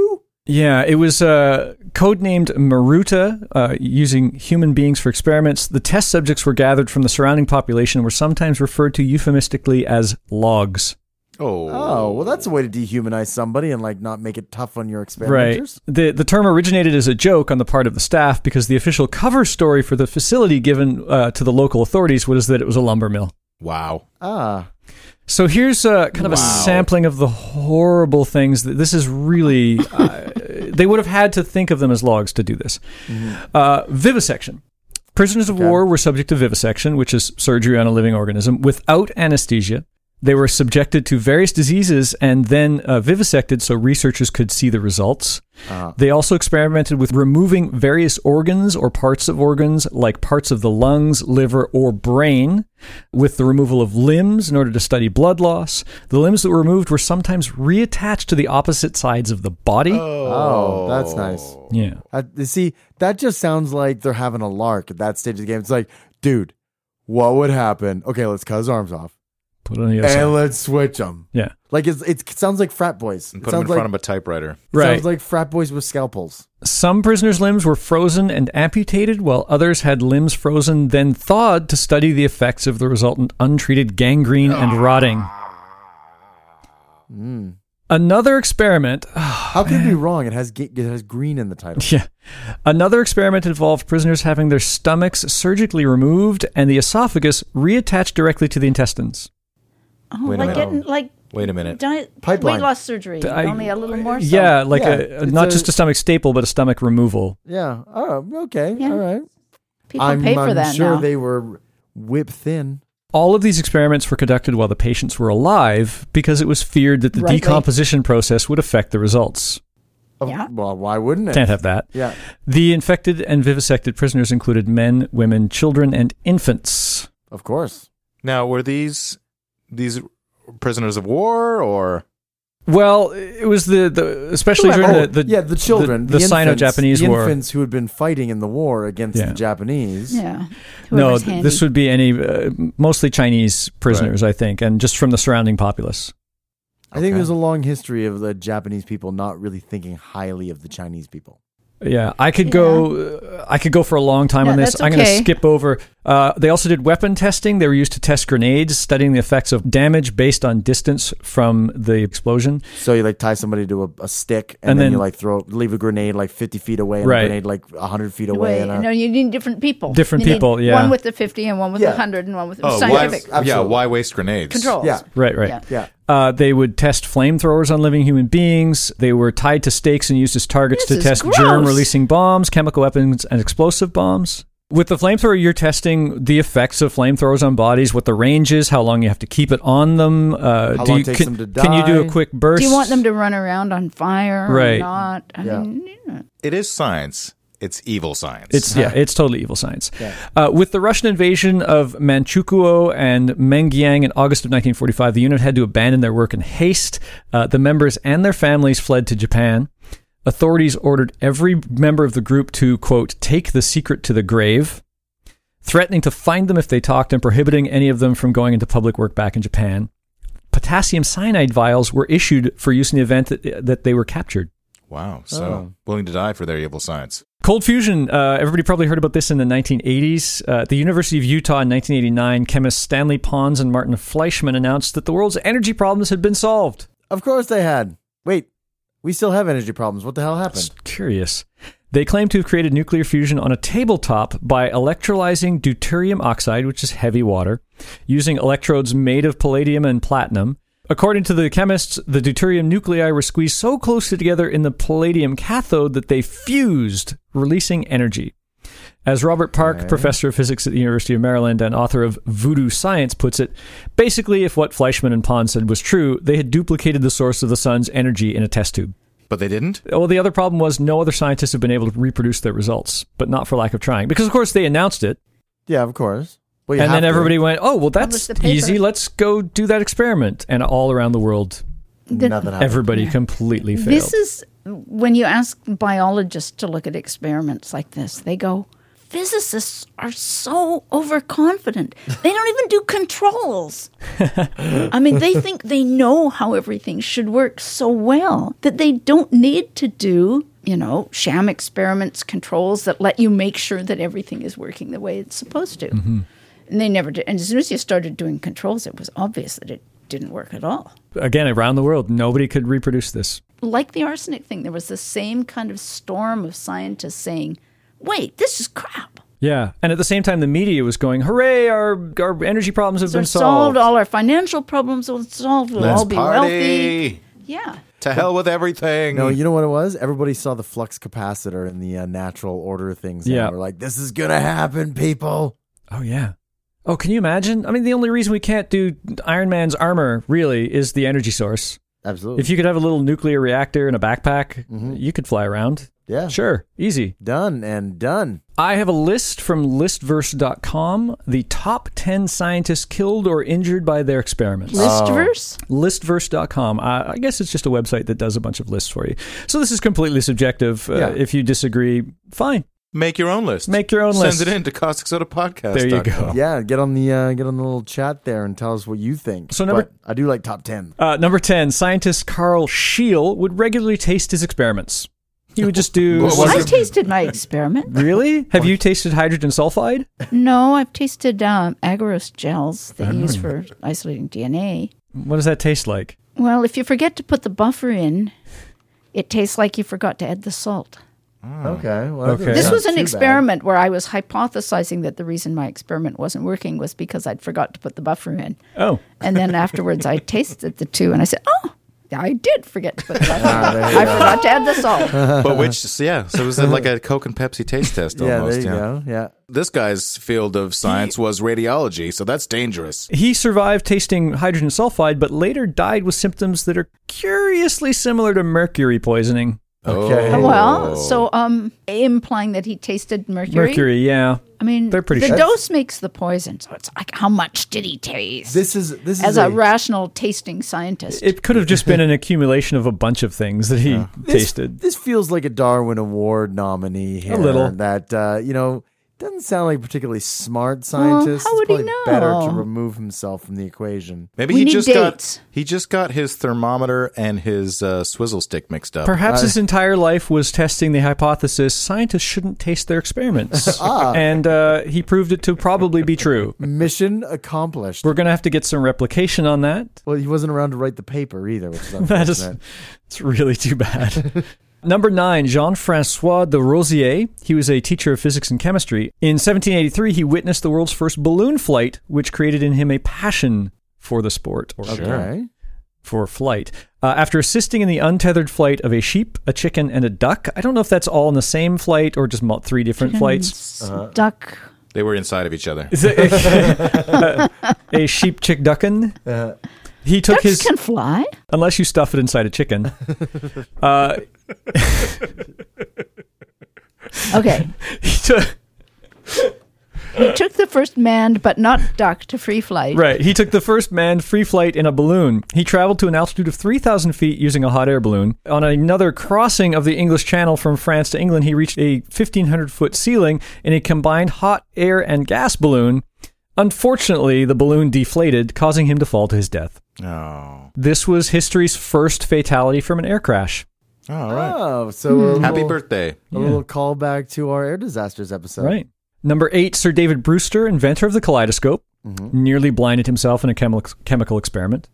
[SPEAKER 2] Yeah, it was uh, codenamed Maruta, uh, using human beings for experiments. The test subjects were gathered from the surrounding population and were sometimes referred to euphemistically as logs.
[SPEAKER 4] Oh.
[SPEAKER 1] Oh, well, that's a way to dehumanize somebody and like not make it tough on your
[SPEAKER 2] Right.
[SPEAKER 1] experimenters.
[SPEAKER 2] The, the term originated as a joke on the part of the staff because the official cover story for the facility given uh, to the local authorities was that it was a lumber mill.
[SPEAKER 4] Wow.
[SPEAKER 1] Ah,
[SPEAKER 2] So here's uh, kind of a
[SPEAKER 4] Wow.
[SPEAKER 2] sampling of the horrible things that this is really. Uh, they would have had to think of them as logs to do this. Uh, vivisection. Prisoners of war were subject to vivisection, which is surgery on a living organism, without anesthesia. They were subjected to various diseases and then uh, vivisected so researchers could see the results. They also experimented with removing various organs or parts of organs, like parts of the lungs, liver, or brain, with the removal of limbs in order to study blood loss. The limbs that were removed were sometimes reattached to the opposite sides of the body.
[SPEAKER 1] oh, that's nice.
[SPEAKER 2] Yeah.
[SPEAKER 1] Uh, you see, that just sounds like they're having a lark at that stage of the game. It's like, dude, what would happen? Okay, let's cut his arms off.
[SPEAKER 2] Put it on the other side.
[SPEAKER 1] and let's switch them.
[SPEAKER 2] Yeah.
[SPEAKER 1] Like it's, it's, it sounds like frat boys.
[SPEAKER 4] and
[SPEAKER 1] It
[SPEAKER 4] put them in
[SPEAKER 1] sounds like
[SPEAKER 4] front of a typewriter.
[SPEAKER 2] Right.
[SPEAKER 1] sounds like frat boys with scalpels.
[SPEAKER 2] Some prisoners' limbs were frozen and amputated, while others had limbs frozen then thawed to study the effects of the resultant untreated gangrene
[SPEAKER 1] Ah.
[SPEAKER 2] and rotting. Another experiment
[SPEAKER 1] Hmm. How could it be wrong? It has ga- it has green in the title.
[SPEAKER 2] Yeah. Another experiment involved prisoners having their stomachs surgically removed and the esophagus reattached directly to the intestines.
[SPEAKER 3] Oh,
[SPEAKER 4] Wait a
[SPEAKER 3] like
[SPEAKER 4] minute.
[SPEAKER 3] getting like
[SPEAKER 4] Wait a minute.
[SPEAKER 3] di-
[SPEAKER 1] Pipeline.
[SPEAKER 3] weight loss surgery,
[SPEAKER 2] I-
[SPEAKER 3] only a little more. So.
[SPEAKER 2] Yeah, like
[SPEAKER 1] Yeah,
[SPEAKER 2] a,
[SPEAKER 1] it's
[SPEAKER 2] not
[SPEAKER 1] a-
[SPEAKER 2] just a stomach staple, but a stomach removal.
[SPEAKER 1] Yeah. Oh, okay.
[SPEAKER 3] Yeah.
[SPEAKER 1] All right.
[SPEAKER 3] people pay for
[SPEAKER 1] I'm
[SPEAKER 3] that
[SPEAKER 1] sure
[SPEAKER 3] now.
[SPEAKER 1] they were whip thin.
[SPEAKER 2] All of these experiments were conducted while the patients were alive because it was feared that the
[SPEAKER 3] Rightly.
[SPEAKER 2] decomposition process would affect the results.
[SPEAKER 1] Of-
[SPEAKER 3] Yeah.
[SPEAKER 1] Well, why wouldn't it?
[SPEAKER 2] Can't have that.
[SPEAKER 1] Yeah.
[SPEAKER 2] The infected and vivisected prisoners included men, women, children, and infants.
[SPEAKER 1] Of course.
[SPEAKER 4] Now, were these these prisoners of war or
[SPEAKER 2] Well, it was the, the especially during
[SPEAKER 1] Oh,
[SPEAKER 2] the, the
[SPEAKER 1] yeah, the children,
[SPEAKER 2] the, Sino-Japanese
[SPEAKER 1] the
[SPEAKER 2] war.
[SPEAKER 1] infants who had been fighting in the war against
[SPEAKER 2] Yeah.
[SPEAKER 1] the Japanese.
[SPEAKER 3] yeah.
[SPEAKER 2] no,
[SPEAKER 3] Whoever's
[SPEAKER 2] th- this
[SPEAKER 3] handy.
[SPEAKER 2] would be any uh, mostly Chinese prisoners, I think, and just from the surrounding populace.
[SPEAKER 1] I think
[SPEAKER 4] Okay.
[SPEAKER 1] there's a long history of the Japanese people not really thinking highly of the Chinese people.
[SPEAKER 2] Yeah, I could go. uh, I could go for a long time
[SPEAKER 3] No,
[SPEAKER 2] on this.
[SPEAKER 3] that's
[SPEAKER 2] I'm going to
[SPEAKER 3] okay.
[SPEAKER 2] skip over. Uh, they also did weapon testing. They were used to test grenades, studying the effects of damage based on distance from the explosion.
[SPEAKER 1] So you like tie somebody to a, a stick, and,
[SPEAKER 2] And
[SPEAKER 1] then,
[SPEAKER 2] then-
[SPEAKER 1] you like throw, leave a grenade like 50 feet away, and
[SPEAKER 2] Right.
[SPEAKER 1] a grenade like 100 feet away.
[SPEAKER 3] Wait,
[SPEAKER 1] and uh, a-
[SPEAKER 3] no, you need different people.
[SPEAKER 2] Different
[SPEAKER 3] You need
[SPEAKER 2] people, yeah.
[SPEAKER 3] One with the 50 and one with
[SPEAKER 1] Yeah.
[SPEAKER 3] the 100 and one with the
[SPEAKER 4] oh, why,
[SPEAKER 3] scientific
[SPEAKER 4] yeah,
[SPEAKER 1] Absolutely.
[SPEAKER 4] why waste grenades?
[SPEAKER 3] controls.
[SPEAKER 1] Yeah.
[SPEAKER 2] Right, right.
[SPEAKER 3] Yeah.
[SPEAKER 1] yeah,
[SPEAKER 2] Uh, they would test flamethrowers on living human beings. They were tied to stakes and used as targets to
[SPEAKER 3] This is
[SPEAKER 2] test
[SPEAKER 3] gross.
[SPEAKER 2] germ releasing bombs, chemical weapons, and explosive bombs. With the flamethrower, you're testing the effects of flamethrowers on bodies, what the range is, how long you have to keep it on them. Uh,
[SPEAKER 1] How
[SPEAKER 2] do
[SPEAKER 1] long
[SPEAKER 2] you,
[SPEAKER 1] it takes
[SPEAKER 2] can,
[SPEAKER 1] them to
[SPEAKER 2] Can you do a
[SPEAKER 1] die.
[SPEAKER 2] quick burst?
[SPEAKER 3] Do you want them to run around on fire
[SPEAKER 2] Right.
[SPEAKER 3] or not? I
[SPEAKER 1] Yeah.
[SPEAKER 3] mean, yeah.
[SPEAKER 4] It is science. It's evil science.
[SPEAKER 2] It's yeah, it's totally evil science. Uh, with the Russian invasion of Manchukuo and Mengyang in August of 1945, the unit had to abandon their work in haste. Uh, the members and their families fled to Japan. Authorities ordered every member of the group to quote take the secret to the grave, threatening to find them if they talked and prohibiting any of them from going into public work back in Japan. Potassium cyanide vials were issued for use in the event that, that they were captured.
[SPEAKER 4] wow. So
[SPEAKER 1] Oh.
[SPEAKER 4] willing to die for their evil science.
[SPEAKER 2] Cold fusion. Uh, everybody probably heard about this in the 1980s. Uh, at the University of Utah in 1989, chemists Stanley Pons and Martin Fleischmann announced that the world's energy problems had been solved.
[SPEAKER 1] Of course they had. Wait, we still have energy problems. What the hell happened?
[SPEAKER 2] It's curious. They claim to have created nuclear fusion on a tabletop by electrolyzing deuterium oxide, which is heavy water, using electrodes made of palladium and platinum. According to the chemists, the deuterium nuclei were squeezed so closely together in the palladium cathode that they fused, releasing energy. As Robert Park, professor of physics at the University of Maryland and author of Voodoo Science, puts it, basically, if what Fleischmann and Pond said was true, they had duplicated the source of the sun's energy in a test tube.
[SPEAKER 4] But they didn't?
[SPEAKER 2] Well, the other problem was no other scientists have been able to reproduce their results, but not for lack of trying. Because, of course, they announced it,
[SPEAKER 1] Yeah, of course. Well, you
[SPEAKER 2] and
[SPEAKER 1] have
[SPEAKER 2] then
[SPEAKER 1] to.
[SPEAKER 2] everybody went, oh, well, that's
[SPEAKER 3] Publish the paper.
[SPEAKER 2] easy. Let's go do that experiment. And all around the world,
[SPEAKER 3] Th-
[SPEAKER 1] nothing happened.
[SPEAKER 2] everybody completely failed.
[SPEAKER 3] This is when you ask biologists to look at experiments like this, they go, physicists are so overconfident. They don't even do controls. I mean, they think they know how everything should work so well that they don't need to do, you know, sham experiments, controls that let you make sure that everything is working the way it's supposed to.
[SPEAKER 2] Mm-hmm.
[SPEAKER 3] And they never did. And as soon as you started doing controls, it was obvious that it didn't work at all
[SPEAKER 2] Again, around the world, nobody could reproduce this.
[SPEAKER 3] like the arsenic thing, there was the same kind of storm of scientists saying, wait, this is crap.
[SPEAKER 2] Yeah. And at the same time, the media was going, hooray, our, our energy problems have
[SPEAKER 3] So
[SPEAKER 2] been
[SPEAKER 3] it's solved.
[SPEAKER 2] solved.
[SPEAKER 3] All our financial problems will solve. We'll all be wealthy.
[SPEAKER 4] party.
[SPEAKER 3] Yeah.
[SPEAKER 4] To hell with everything.
[SPEAKER 1] No, you know what it was? Everybody saw the flux capacitor in the uh, natural order of things.
[SPEAKER 2] Yeah.
[SPEAKER 1] And we're like, this is going to happen, people.
[SPEAKER 2] Oh, yeah. Oh, can you imagine? I mean, the only reason we can't do Iron Man's armor, really, is the energy source.
[SPEAKER 1] Absolutely.
[SPEAKER 2] If you could have a little nuclear reactor and a backpack,
[SPEAKER 1] Mm-hmm.
[SPEAKER 2] you could fly around.
[SPEAKER 1] yeah.
[SPEAKER 2] Sure, easy.
[SPEAKER 1] Done and done.
[SPEAKER 2] I have a list from listverse.com, the top 10 scientists killed or injured by their experiments.
[SPEAKER 4] Oh.
[SPEAKER 2] Uh,
[SPEAKER 3] Listverse?
[SPEAKER 2] Listverse.com. I, I guess it's just a website that does a bunch of lists for you. So this is completely subjective. Uh,
[SPEAKER 1] Yeah.
[SPEAKER 2] If you disagree, fine.
[SPEAKER 4] Make your own list.
[SPEAKER 2] Make your own
[SPEAKER 4] Send
[SPEAKER 2] list.
[SPEAKER 4] Send it in to caustic soda podcast.
[SPEAKER 2] There you go.
[SPEAKER 1] Yeah, get on the uh, get on the little chat there and tell us what you think.
[SPEAKER 2] So number-
[SPEAKER 1] But I do like top ten.
[SPEAKER 2] Uh, number 10, scientist Carl Scheele would regularly taste his experiments. He would just do.
[SPEAKER 4] What was
[SPEAKER 3] I
[SPEAKER 4] it?
[SPEAKER 3] tasted my experiment.
[SPEAKER 2] Really? Have you tasted hydrogen sulfide?
[SPEAKER 3] No, I've tasted um, agarose gels they use for isolating DNA.
[SPEAKER 2] What does that taste like?
[SPEAKER 3] Well, if you forget to put the buffer in, it tastes like you forgot to add the salt.
[SPEAKER 1] Okay. Well,
[SPEAKER 2] Okay.
[SPEAKER 3] This
[SPEAKER 2] Yeah,
[SPEAKER 3] was an experiment where I was hypothesizing that the reason my experiment wasn't working was because I'd forgot to put the buffer in.
[SPEAKER 2] Oh,
[SPEAKER 3] And then afterwards, I tasted the two and I said, oh, I did forget to put the buffer
[SPEAKER 1] Ah,
[SPEAKER 3] in.
[SPEAKER 1] there you
[SPEAKER 3] I
[SPEAKER 1] go.
[SPEAKER 3] forgot to add the salt.
[SPEAKER 4] But which, so yeah, so it was like a Coke and Pepsi taste test
[SPEAKER 1] Yeah, there
[SPEAKER 4] almost.
[SPEAKER 1] you go. Yeah.
[SPEAKER 4] This guy's field of science was radiology, so that's dangerous.
[SPEAKER 2] He survived tasting hydrogen sulfide, but later died with symptoms that are curiously similar to mercury poisoning.
[SPEAKER 1] Okay.
[SPEAKER 4] Oh.
[SPEAKER 3] Well, so um, implying that he tasted mercury.
[SPEAKER 2] Mercury, yeah.
[SPEAKER 3] I mean,
[SPEAKER 2] They're pretty
[SPEAKER 3] the
[SPEAKER 2] sure.
[SPEAKER 3] dose makes the poison. So it's like, how much did he taste?
[SPEAKER 1] This is this is
[SPEAKER 3] As a rational tasting scientist.
[SPEAKER 2] It could have just been an accumulation of a bunch of things that he
[SPEAKER 1] this-
[SPEAKER 2] tasted.
[SPEAKER 1] This feels like a Darwin Award nominee here.
[SPEAKER 2] little.
[SPEAKER 1] That uh, you know doesn't sound like a particularly smart scientist.
[SPEAKER 3] how
[SPEAKER 1] It's
[SPEAKER 3] would he
[SPEAKER 1] probably Better to
[SPEAKER 3] know?
[SPEAKER 1] remove himself from the equation.
[SPEAKER 4] Maybe
[SPEAKER 3] We
[SPEAKER 4] he
[SPEAKER 3] need
[SPEAKER 4] just
[SPEAKER 3] dates.
[SPEAKER 4] got he just got his thermometer and his uh, swizzle stick mixed up.
[SPEAKER 2] Perhaps his entire life was testing the hypothesis scientists shouldn't taste their experiments. And uh, he proved it to probably be true.
[SPEAKER 1] Mission accomplished.
[SPEAKER 2] We're going to have to get some replication on that.
[SPEAKER 1] well, he wasn't around to write the paper either, which is
[SPEAKER 2] That is,
[SPEAKER 1] unfortunate.
[SPEAKER 2] it's really too bad. Number nine, Jean Francois de Rosier. He was a teacher of physics and chemistry. In 1783, he witnessed the world's first balloon flight, which created in him a passion for the sport or
[SPEAKER 1] Okay.
[SPEAKER 2] for flight. Uh, after assisting in the untethered flight of a sheep, a chicken, and a duck, I don't know if that's all in the same flight or just mul- three different flights.
[SPEAKER 3] duck.
[SPEAKER 4] They were inside of each other.
[SPEAKER 2] Is it- uh, a sheep chick duckin. he took
[SPEAKER 3] Ducks
[SPEAKER 2] his
[SPEAKER 3] can fly.
[SPEAKER 2] unless you stuff it inside a chicken. Uh,
[SPEAKER 3] Okay.
[SPEAKER 2] he took.
[SPEAKER 3] he took the first manned but not duck to free flight.
[SPEAKER 2] Right. He took the first manned free flight in a balloon. He traveled to an altitude of 3,000 feet using a hot air balloon. On another crossing of the English Channel from France to England, he reached a 1,500 foot ceiling in a combined hot air and gas balloon. Unfortunately, the balloon deflated, causing him to fall to his death.
[SPEAKER 4] Oh,
[SPEAKER 2] This was history's first fatality from an air crash.
[SPEAKER 4] all right.
[SPEAKER 1] Oh, so a little,
[SPEAKER 4] Happy birthday.
[SPEAKER 1] A little callback to our air disasters episode.
[SPEAKER 2] Right. Number eight, Sir David Brewster, inventor of the kaleidoscope, nearly blinded himself in a chemi- chemical experiment.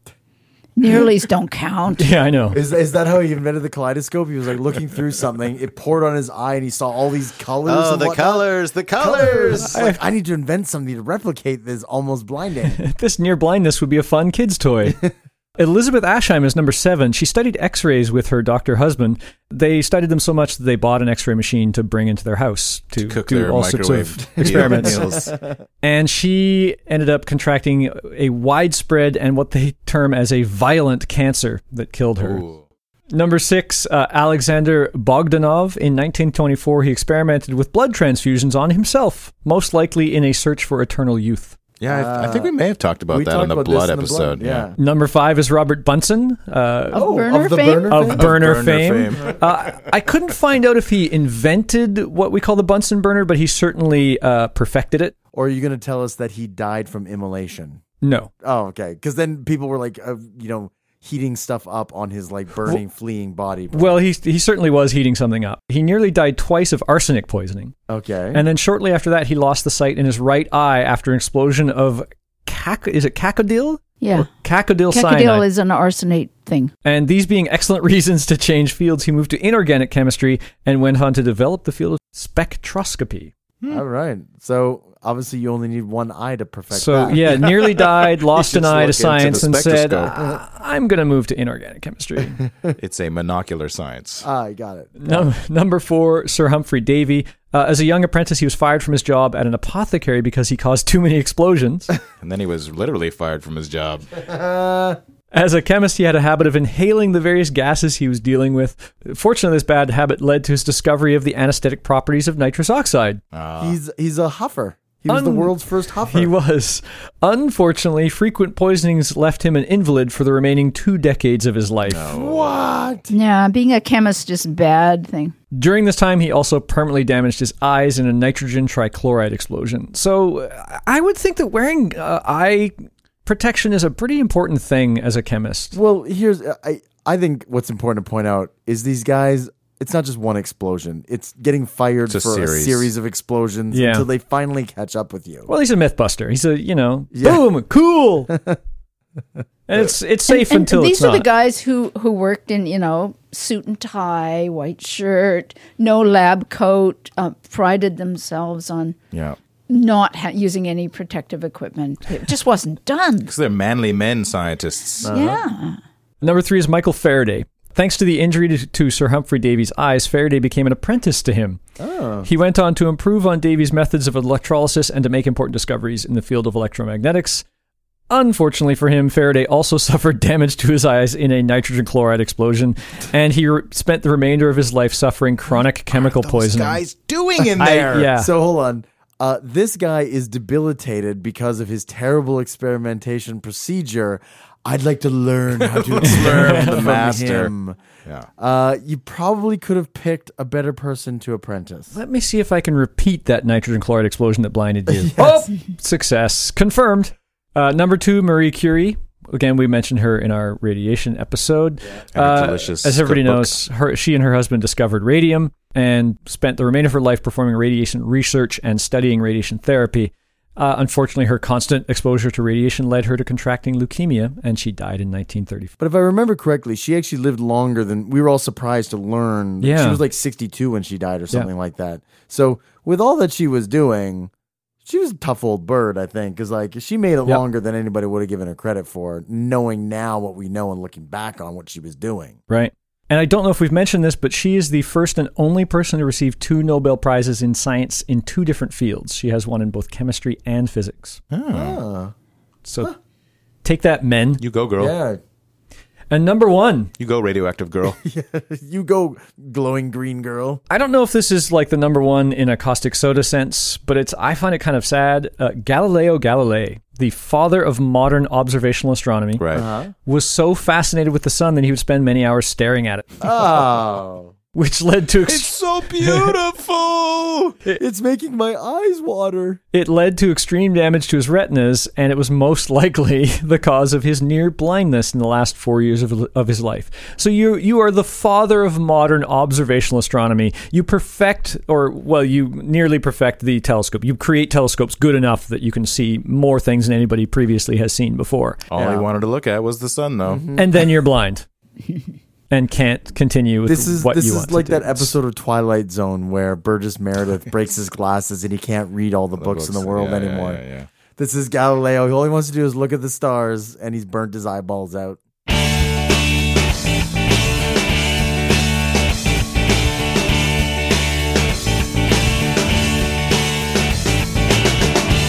[SPEAKER 3] Nearlys don't count.
[SPEAKER 2] Yeah, I know.
[SPEAKER 1] Is, is that how he invented the kaleidoscope? He was like looking through something. It poured on his eye, and he saw all these colors.
[SPEAKER 4] Oh,
[SPEAKER 1] and
[SPEAKER 4] the
[SPEAKER 1] whatnot.
[SPEAKER 4] colors, the colors.
[SPEAKER 1] It's like, I need to invent something to replicate this almost blinding.
[SPEAKER 2] This near blindness would be a fun kid's toy. Elizabeth Ashheim is number seven. She studied x rays with her doctor husband. They studied them so much that they bought an x ray machine to bring into their house to,
[SPEAKER 4] Cook
[SPEAKER 2] do
[SPEAKER 4] their
[SPEAKER 2] all sorts
[SPEAKER 4] microwave
[SPEAKER 2] of experiments.
[SPEAKER 4] meals.
[SPEAKER 2] and she ended up contracting a widespread and what they term as a violent cancer that killed her.
[SPEAKER 4] Ooh.
[SPEAKER 2] Number six, uh, Alexander Bogdanov. In 1924, he experimented with blood transfusions on himself, most likely in a search for eternal youth.
[SPEAKER 4] Yeah, I, I think we may have talked about
[SPEAKER 1] Uh, we
[SPEAKER 4] that
[SPEAKER 1] talked
[SPEAKER 4] on the
[SPEAKER 1] about
[SPEAKER 4] blood
[SPEAKER 1] this in the
[SPEAKER 4] episode.
[SPEAKER 1] blood.
[SPEAKER 4] yeah.
[SPEAKER 2] Number five is Robert Bunsen. Uh,
[SPEAKER 3] Of
[SPEAKER 1] Oh, of
[SPEAKER 3] burner
[SPEAKER 1] the
[SPEAKER 3] fame.
[SPEAKER 1] burner
[SPEAKER 2] of
[SPEAKER 1] fame?
[SPEAKER 2] burner,
[SPEAKER 4] burner
[SPEAKER 2] fame.
[SPEAKER 4] fame.
[SPEAKER 2] uh, I couldn't find out if he invented what we call the Bunsen burner, but he certainly uh, perfected it.
[SPEAKER 1] Or are you going to tell us that he died from immolation?
[SPEAKER 2] No.
[SPEAKER 1] Oh, okay. Because then people were like, uh, you know, heating stuff up on his like burning, fleeing body.
[SPEAKER 2] Well, he, he certainly was heating something up. He nearly died twice of arsenic poisoning.
[SPEAKER 1] okay.
[SPEAKER 2] And then shortly after that, he lost the sight in his right eye after an explosion of. Cac- is it cacodil?
[SPEAKER 3] Yeah.
[SPEAKER 2] Or cacodil
[SPEAKER 3] Cacodil
[SPEAKER 2] cyanide.
[SPEAKER 3] is an arsenate thing.
[SPEAKER 2] and these being excellent reasons to change fields, he moved to inorganic chemistry and went on to develop the field of spectroscopy.
[SPEAKER 1] All right. So obviously, you only need one eye to perfect.
[SPEAKER 2] So
[SPEAKER 1] that.
[SPEAKER 2] yeah, nearly died, lost
[SPEAKER 4] You
[SPEAKER 2] an
[SPEAKER 4] just
[SPEAKER 2] eye
[SPEAKER 4] look
[SPEAKER 2] to
[SPEAKER 4] into
[SPEAKER 2] science,
[SPEAKER 4] the
[SPEAKER 2] and said,
[SPEAKER 4] spectroscope.
[SPEAKER 2] "I- "I'm going to move to inorganic chemistry."
[SPEAKER 4] It's a monocular science.
[SPEAKER 1] Ah, I got it.
[SPEAKER 2] Num- number four, Sir Humphrey Davy. Uh, as a young apprentice, he was fired from his job at an apothecary because he caused too many explosions.
[SPEAKER 4] And then he was literally fired from his job.
[SPEAKER 2] As a chemist, he had a habit of inhaling the various gases he was dealing with. Fortunately, this bad habit led to his discovery of the anesthetic properties of nitrous oxide.
[SPEAKER 4] Uh-huh.
[SPEAKER 1] he's he's a huffer. He was the
[SPEAKER 2] Un-
[SPEAKER 1] world's first huffer.
[SPEAKER 2] He was. Unfortunately, frequent poisonings left him an invalid for the remaining two decades of his life.
[SPEAKER 1] what?
[SPEAKER 3] Yeah, being a chemist is a bad thing.
[SPEAKER 2] During this time, he also permanently damaged his eyes in a nitrogen trichloride explosion. So uh, I would think that wearing uh, eye protection is a pretty important thing as a chemist.
[SPEAKER 1] Well, here's uh, I I think what's important to point out is these guys. It's not just one explosion. It's getting fired
[SPEAKER 4] a
[SPEAKER 1] for a
[SPEAKER 4] series.
[SPEAKER 1] series of explosions
[SPEAKER 2] Yeah.
[SPEAKER 1] until they finally catch up with you.
[SPEAKER 2] Well, he's a myth buster. He's a, you know,
[SPEAKER 1] Yeah.
[SPEAKER 2] boom, cool. and it's it's safe
[SPEAKER 3] and
[SPEAKER 2] until
[SPEAKER 3] these
[SPEAKER 2] it's
[SPEAKER 3] are
[SPEAKER 2] not.
[SPEAKER 3] the guys who who worked in you know suit and tie, white shirt, no lab coat, uh, prided themselves on
[SPEAKER 4] Yeah.
[SPEAKER 3] not ha- using any protective equipment. It just wasn't done.
[SPEAKER 4] Because they're manly men scientists.
[SPEAKER 1] Uh,
[SPEAKER 2] Uh-huh.
[SPEAKER 3] Yeah.
[SPEAKER 2] Number three is Michael Faraday. Thanks to the injury to, to Sir Humphrey Davy's eyes, Faraday became an apprentice to him. He went on to improve on Davy's methods of electrolysis and to make important discoveries in the field of electromagnetics. Unfortunately for him, Faraday also suffered damage to his eyes in a nitrogen chloride explosion, and he re- spent the remainder of his life suffering chronic chemical poisoning.
[SPEAKER 4] guys doing in
[SPEAKER 2] I-
[SPEAKER 4] there?
[SPEAKER 2] yeah.
[SPEAKER 1] So hold on. Uh, this guy is debilitated because of his terrible experimentation procedure. I'd like to learn how to experiment
[SPEAKER 4] the
[SPEAKER 1] from
[SPEAKER 4] master.
[SPEAKER 1] him.
[SPEAKER 4] Yeah.
[SPEAKER 1] Uh, you probably could have picked a better person to apprentice.
[SPEAKER 2] Let me see if I can repeat that nitrogen chloride explosion that blinded you. Oh, success confirmed. Uh, number two, Marie Curie. Again, we mentioned her in our radiation episode.
[SPEAKER 4] And her
[SPEAKER 2] Uh,
[SPEAKER 4] delicious
[SPEAKER 2] as everybody
[SPEAKER 4] cookbook.
[SPEAKER 2] knows, her, she and her husband discovered radium and spent the remainder of her life performing radiation research and studying radiation therapy. Uh, unfortunately, her constant exposure to radiation led her to contracting leukemia, and she died in 1935.
[SPEAKER 1] But if I remember correctly, she actually lived longer than we were all surprised to learn. that She
[SPEAKER 2] Yeah.
[SPEAKER 1] was like 62 when she died or something like that. So, with all that she was doing, she was a tough old bird, I think, because like she made it
[SPEAKER 2] Yep.
[SPEAKER 1] longer than anybody would have given her credit for, knowing now what we know and looking back on what she was doing.
[SPEAKER 2] Right. And I don't know if we've mentioned this, but she is the first and only person to receive two Nobel Prizes in science in two different fields. She has one in both chemistry and physics.
[SPEAKER 1] Ah.
[SPEAKER 2] So take that, men.
[SPEAKER 4] Oh. You go, girl.
[SPEAKER 1] Yeah.
[SPEAKER 2] And number one,
[SPEAKER 4] You go, radioactive girl.
[SPEAKER 1] You go, glowing green girl.
[SPEAKER 2] I don't know if this is like the number one in a caustic soda sense, but it's I find it kind of sad. Uh, Galileo Galilei, the father of modern observational astronomy,
[SPEAKER 4] right.
[SPEAKER 1] Uh-huh.
[SPEAKER 2] was so fascinated with the sun that he would spend many hours staring at it,
[SPEAKER 1] Oh.
[SPEAKER 2] which led to
[SPEAKER 4] It's
[SPEAKER 2] ex-
[SPEAKER 4] so beautiful.
[SPEAKER 1] it's making my eyes water.
[SPEAKER 2] It led to extreme damage to his retinas, and it was most likely the cause of his near blindness in the last four years of, of his life. So you you are the father of modern observational astronomy. You perfect, or well, you nearly perfect the telescope. You create telescopes good enough that you can see more things than anybody previously has seen before,
[SPEAKER 4] All he wanted to look at was the sun, though.
[SPEAKER 3] Mm-hmm.
[SPEAKER 2] and then you're blind and can't continue with
[SPEAKER 1] This is
[SPEAKER 2] what
[SPEAKER 1] this
[SPEAKER 2] you
[SPEAKER 1] is
[SPEAKER 2] want
[SPEAKER 1] like
[SPEAKER 2] to do.
[SPEAKER 1] that episode of Twilight Zone where Burgess Meredith breaks his glasses and he can't read all the, books, in the world
[SPEAKER 4] Yeah, yeah,
[SPEAKER 1] anymore.
[SPEAKER 4] yeah, yeah.
[SPEAKER 1] This is Galileo. All he wants to do is look at the stars, and he's burnt his eyeballs out.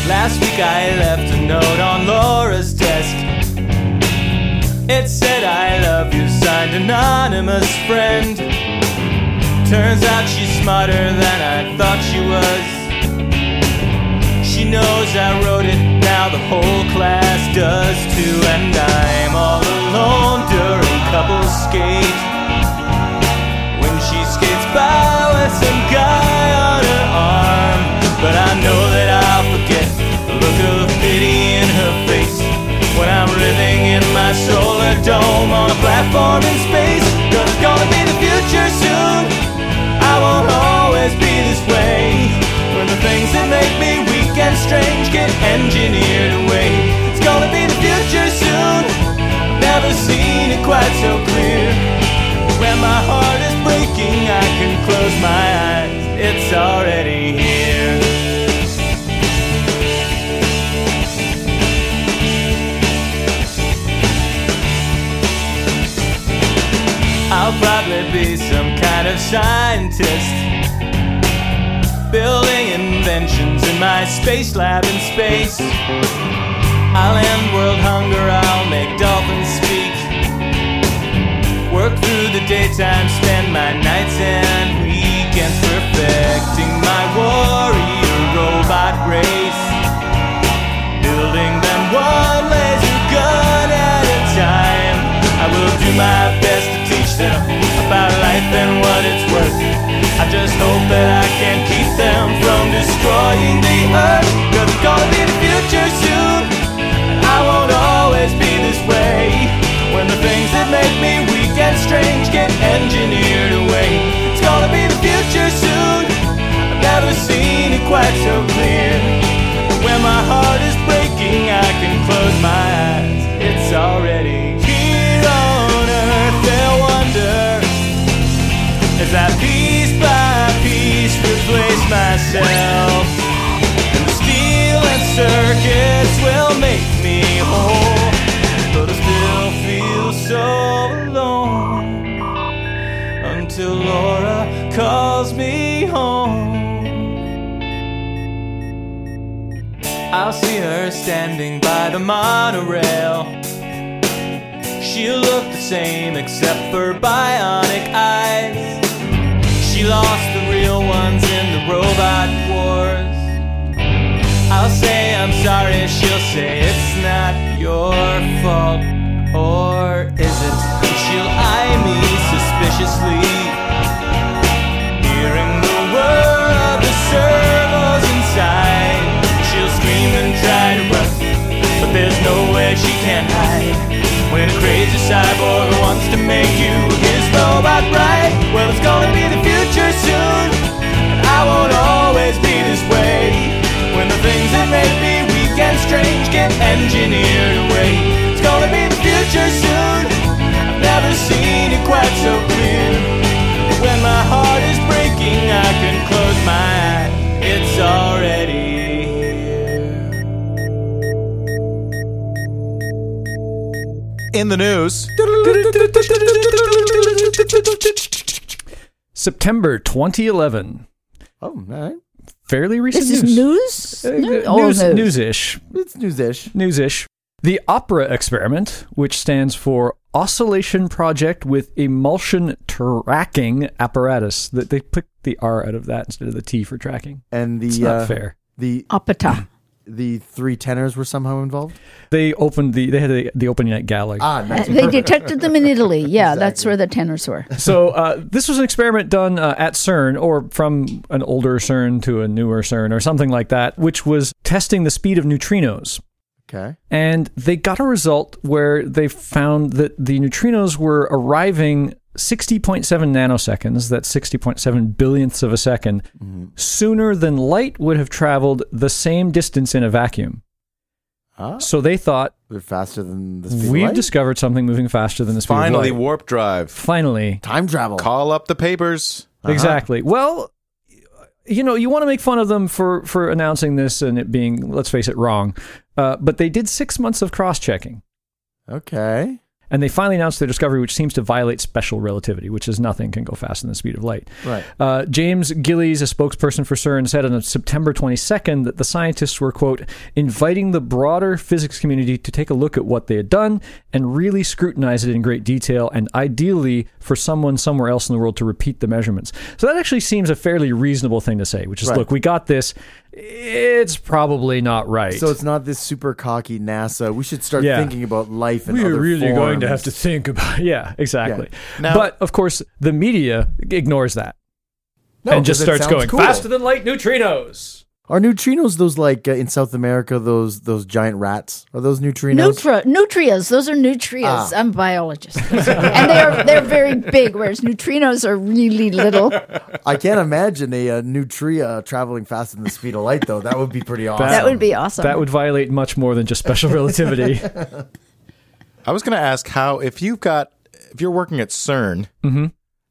[SPEAKER 6] Last week I left a note on Laura's desk. It said, I love you, signed anonymous friend. Turns out she's smarter than I thought she was. She knows I wrote it, now the whole class does too. And I'm all alone during couple skate. When she skates by with some guy on her arm. But I know that I'll forget the look of pity in her face. When I'm living in my solar dome on a platform in space. Cause it's gonna be the future soon. I won't always be this way. When the things that make me weak and strange get engineered away. It's gonna be the future soon. Never seen it quite so clear. When my heart is breaking, I can close my eyes. It's already here. I'll probably be some kind of scientist. Building inventions in my space lab in space. I'll end world hunger, I'll make dolphins speak. Work through the daytime, spend my nights and weekends perfecting my warrior robot race. Building them one laser gun at a time. I will do my best to teach them about life and what it's worth. I I just hope that I can keep them from destroying the earth. Cause it's gonna be the future soon. I won't always be this way. When the things that make me weak and strange get engineered away, it's gonna be the future soon. I've never seen it quite so clear. But when my heart is breaking, I can close my eyes. It's already here on earth. They'll wonder as I piece by piece replace myself. And the steel and circuits will make me whole, but I still feel so alone until Laura calls me home. I'll see her standing by the monorail. She looked the same except for bionic eyes. She lost the real ones in the robot wars. I'll say I'm sorry, she'll say it's not your fault. Or is it? She'll eye me suspiciously. Hearing the whir of the servos inside, she'll scream and try to run. But there's nowhere she can hide. When a crazy cyborg wants to make you his robot right, well, it's gonna be the future soon. And I won't always be this way. When the things that make me weak and strange get engineered away, it's gonna be the future soon. I've never seen it quite so clear. But when my heart is breaking, I can close my eyes. It's already here.
[SPEAKER 4] In the news,
[SPEAKER 2] September 2011.
[SPEAKER 1] Oh, all right.
[SPEAKER 2] Fairly recent
[SPEAKER 3] This is
[SPEAKER 2] news.
[SPEAKER 3] news?
[SPEAKER 2] Uh,
[SPEAKER 3] New-
[SPEAKER 2] uh,
[SPEAKER 3] oh,
[SPEAKER 2] news,
[SPEAKER 3] news.
[SPEAKER 2] news-ish,
[SPEAKER 1] It's news-ish.
[SPEAKER 2] news-ish. The OPERA experiment, which stands for Oscillation Project with Emulsion Tracking Apparatus, that they put the R out of that instead of the T for tracking.
[SPEAKER 1] And the
[SPEAKER 2] It's not
[SPEAKER 1] uh,
[SPEAKER 2] fair.
[SPEAKER 1] the
[SPEAKER 3] Apata.
[SPEAKER 1] the three tenors were somehow involved.
[SPEAKER 2] They opened the they had the, the opening night gala.
[SPEAKER 1] Ah,
[SPEAKER 3] Uh,
[SPEAKER 1] nice.
[SPEAKER 3] they detected them in Italy. Yeah, that's where the tenors were.
[SPEAKER 2] So uh, this was an experiment done uh, at CERN, or from an older CERN to a newer CERN, or something like that, which was testing the speed of neutrinos.
[SPEAKER 1] Okay.
[SPEAKER 2] And they got a result where they found that the neutrinos were arriving 60.7 nanoseconds, that's 60.7 billionths of a 2nd
[SPEAKER 1] Mm-hmm.
[SPEAKER 2] sooner than light would have traveled the same distance in a vacuum.
[SPEAKER 1] Ah,
[SPEAKER 2] So they thought,
[SPEAKER 1] they're faster than the speed of
[SPEAKER 2] we've
[SPEAKER 1] light?
[SPEAKER 2] discovered something moving faster than the speed
[SPEAKER 4] finally,
[SPEAKER 2] of light.
[SPEAKER 4] warp drive.
[SPEAKER 2] Finally.
[SPEAKER 1] time
[SPEAKER 3] Oh.
[SPEAKER 1] travel.
[SPEAKER 4] Call up the papers.
[SPEAKER 3] Uh-huh.
[SPEAKER 1] Uh-huh.
[SPEAKER 2] Exactly. Well, you know, you want to make fun of them for for announcing this and it being, let's face it, wrong. Uh, but they did six months of cross checking,
[SPEAKER 1] Okay.
[SPEAKER 2] and they finally announced their discovery, which seems to violate special relativity, which is nothing can go faster than the speed of light.
[SPEAKER 1] Right.
[SPEAKER 2] Uh, James Gillies, a spokesperson for CERN, said on September 22nd that the scientists were, quote, inviting the broader physics community to take a look at what they had done and really scrutinize it in great detail, and ideally for someone somewhere else in the world to repeat the measurements. So that actually seems a fairly reasonable thing to say, which is,
[SPEAKER 1] Right.
[SPEAKER 2] look, we got this. It's probably not right.
[SPEAKER 1] So it's not this super cocky NASA. We should start
[SPEAKER 2] Yeah.
[SPEAKER 1] thinking about life and
[SPEAKER 2] we're
[SPEAKER 1] other
[SPEAKER 2] really going to
[SPEAKER 1] forms.
[SPEAKER 2] have to think about yeah exactly
[SPEAKER 4] Now-
[SPEAKER 2] but of course the media ignores that
[SPEAKER 1] No,
[SPEAKER 2] and just
[SPEAKER 1] 'cause it
[SPEAKER 2] starts
[SPEAKER 1] sounds
[SPEAKER 2] going
[SPEAKER 1] cool.
[SPEAKER 2] faster than light neutrinos
[SPEAKER 1] Are neutrinos those like uh, in South America those those giant rats? Are those neutrinos?
[SPEAKER 3] Nutra, nutrias. Those are
[SPEAKER 2] Ah.
[SPEAKER 3] nutrias. I'm a biologist, and they are they're very big, whereas neutrinos are really little.
[SPEAKER 1] I can't imagine a, uh nutria traveling faster than the speed of light though. That would be pretty awesome.
[SPEAKER 3] That would be awesome.
[SPEAKER 2] that would violate much more than just special relativity
[SPEAKER 4] I was going to ask how if you've got if you're working at CERN,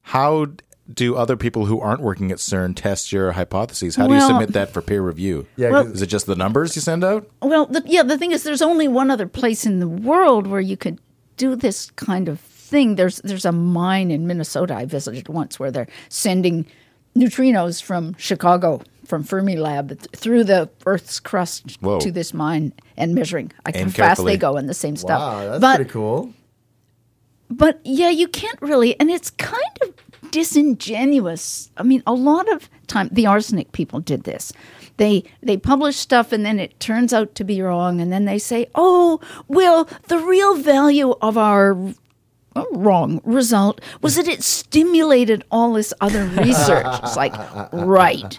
[SPEAKER 4] how do other people who aren't working at CERN test your hypotheses? How do you
[SPEAKER 3] Well-
[SPEAKER 4] submit that for peer review?
[SPEAKER 1] Yeah, 'cause-
[SPEAKER 4] Is it just the numbers you send out?
[SPEAKER 3] well, the, yeah. The thing is, there's only one other place in the world where you could do this kind of thing. There's there's a mine in Minnesota I visited once where they're sending neutrinos from Chicago from Fermilab th- through the Earth's crust
[SPEAKER 4] Whoa.
[SPEAKER 3] to this mine and measuring like,
[SPEAKER 4] Aim
[SPEAKER 3] how fast
[SPEAKER 4] carefully.
[SPEAKER 3] they go and the same stuff.
[SPEAKER 1] wow, that's
[SPEAKER 3] but
[SPEAKER 1] pretty cool.
[SPEAKER 3] But yeah, you can't really, and it's kind of disingenuous. I mean, a lot of time the arsenic people did this. They they publish stuff and then it turns out to be wrong, and then they say, "Oh, well, the real value of our wrong result was that it stimulated all this other research. it's like, right.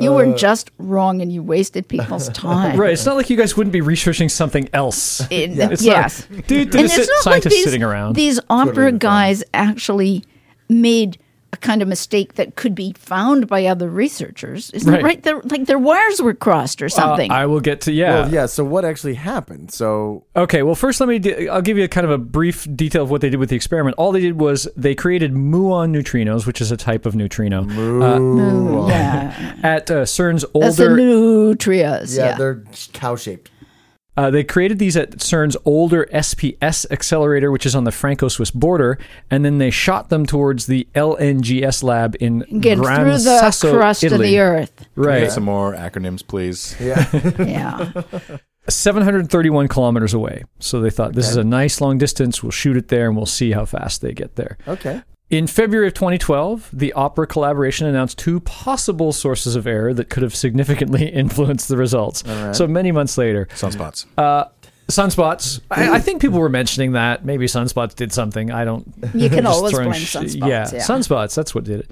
[SPEAKER 3] You were just wrong and you wasted people's time.
[SPEAKER 2] Right. It's not like you guys wouldn't be researching something else.
[SPEAKER 3] It-
[SPEAKER 2] It's
[SPEAKER 3] yes.
[SPEAKER 2] not dude,
[SPEAKER 3] And
[SPEAKER 2] there's
[SPEAKER 3] it's not like
[SPEAKER 2] scientists
[SPEAKER 3] these,
[SPEAKER 2] sitting around.
[SPEAKER 3] these opera guys actually made a kind of mistake that could be found by other researchers. Isn't
[SPEAKER 2] Right.
[SPEAKER 3] it right? Their- like their wires were crossed or
[SPEAKER 2] Uh,
[SPEAKER 3] something.
[SPEAKER 2] I will get to yeah.
[SPEAKER 1] Well, yeah. So what actually happened? So
[SPEAKER 2] Okay, well, first let me. De- I'll give you a kind of a brief detail of what they did with the experiment. All they did was they created muon neutrinos, which is a type of neutrino, uh,
[SPEAKER 3] Ooh, yeah.
[SPEAKER 2] at uh, CERN's
[SPEAKER 3] That's the
[SPEAKER 2] older.
[SPEAKER 3] nutrias.
[SPEAKER 1] yeah,
[SPEAKER 3] Yeah.
[SPEAKER 1] they're cow shaped.
[SPEAKER 2] Uh, they created these at CERN's older SPS accelerator, which is on the Franco-Swiss border, and then they shot them towards the LNGS lab in
[SPEAKER 3] Get
[SPEAKER 2] Gran
[SPEAKER 3] through the
[SPEAKER 2] Sasso,
[SPEAKER 3] crust
[SPEAKER 2] Italy.
[SPEAKER 3] of the earth.
[SPEAKER 4] Can we
[SPEAKER 2] Right,
[SPEAKER 4] get some more acronyms, please.
[SPEAKER 3] Yeah.
[SPEAKER 2] 731 kilometers away. So they thought this is a nice long distance. We'll shoot it there, and we'll see how fast they get there.
[SPEAKER 1] Okay.
[SPEAKER 2] In February of 2012, the Opera collaboration announced two possible sources of error that could have significantly influenced the results. So many months later,
[SPEAKER 4] Sunspots.
[SPEAKER 2] sunspots. I, I think people were mentioning that maybe sunspots did something. I don't.
[SPEAKER 3] You can
[SPEAKER 2] just
[SPEAKER 3] always
[SPEAKER 2] throwing
[SPEAKER 3] blame
[SPEAKER 2] sh-
[SPEAKER 3] sunspots.
[SPEAKER 2] Yeah,
[SPEAKER 3] Yeah.
[SPEAKER 2] sunspots. That's what did it.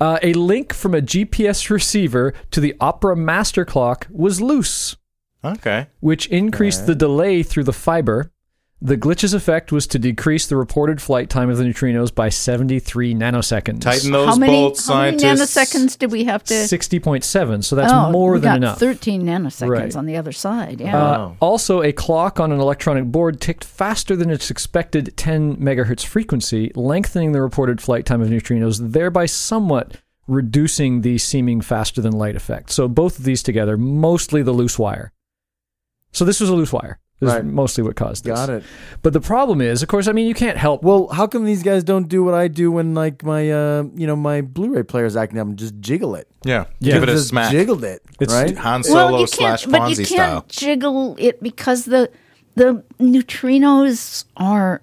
[SPEAKER 2] Uh, a link from a GPS receiver to the Opera master clock was loose
[SPEAKER 4] okay.
[SPEAKER 2] which increased the delay through the fiber. The glitch's effect was to decrease the reported flight time of the neutrinos by 73 nanoseconds.
[SPEAKER 4] Tighten those
[SPEAKER 3] how many,
[SPEAKER 4] bolts,
[SPEAKER 3] how many
[SPEAKER 4] scientists.
[SPEAKER 3] nanoseconds did we have to?
[SPEAKER 2] 60.7, so that's
[SPEAKER 3] oh,
[SPEAKER 2] more
[SPEAKER 3] we
[SPEAKER 2] than
[SPEAKER 3] got
[SPEAKER 2] enough.
[SPEAKER 3] 13 nanoseconds
[SPEAKER 2] Right.
[SPEAKER 3] on the other side.
[SPEAKER 2] Uh,
[SPEAKER 3] Yeah.
[SPEAKER 2] Also, a clock on an electronic board ticked faster than its expected 10 megahertz frequency, lengthening the reported flight time of neutrinos, thereby somewhat reducing the seeming faster than light effect. So, both of these together, mostly the loose wire. So, this was a loose wire. This
[SPEAKER 1] Right.
[SPEAKER 2] is mostly what caused this.
[SPEAKER 1] Got it.
[SPEAKER 2] But the problem is, of course, I mean, you can't help.
[SPEAKER 1] Well, how come these guys don't do what I do when like my uh you know my Blu-ray player's acting up and just jiggle it?
[SPEAKER 4] Yeah.
[SPEAKER 2] Yeah.
[SPEAKER 4] Give it a
[SPEAKER 1] just
[SPEAKER 4] smack.
[SPEAKER 1] Jiggled it.
[SPEAKER 2] It's-
[SPEAKER 1] right.
[SPEAKER 4] Han Solo
[SPEAKER 3] well, you can't,
[SPEAKER 4] slash
[SPEAKER 3] but you can't
[SPEAKER 4] Fonzie style.
[SPEAKER 3] jiggle it because the the neutrinos are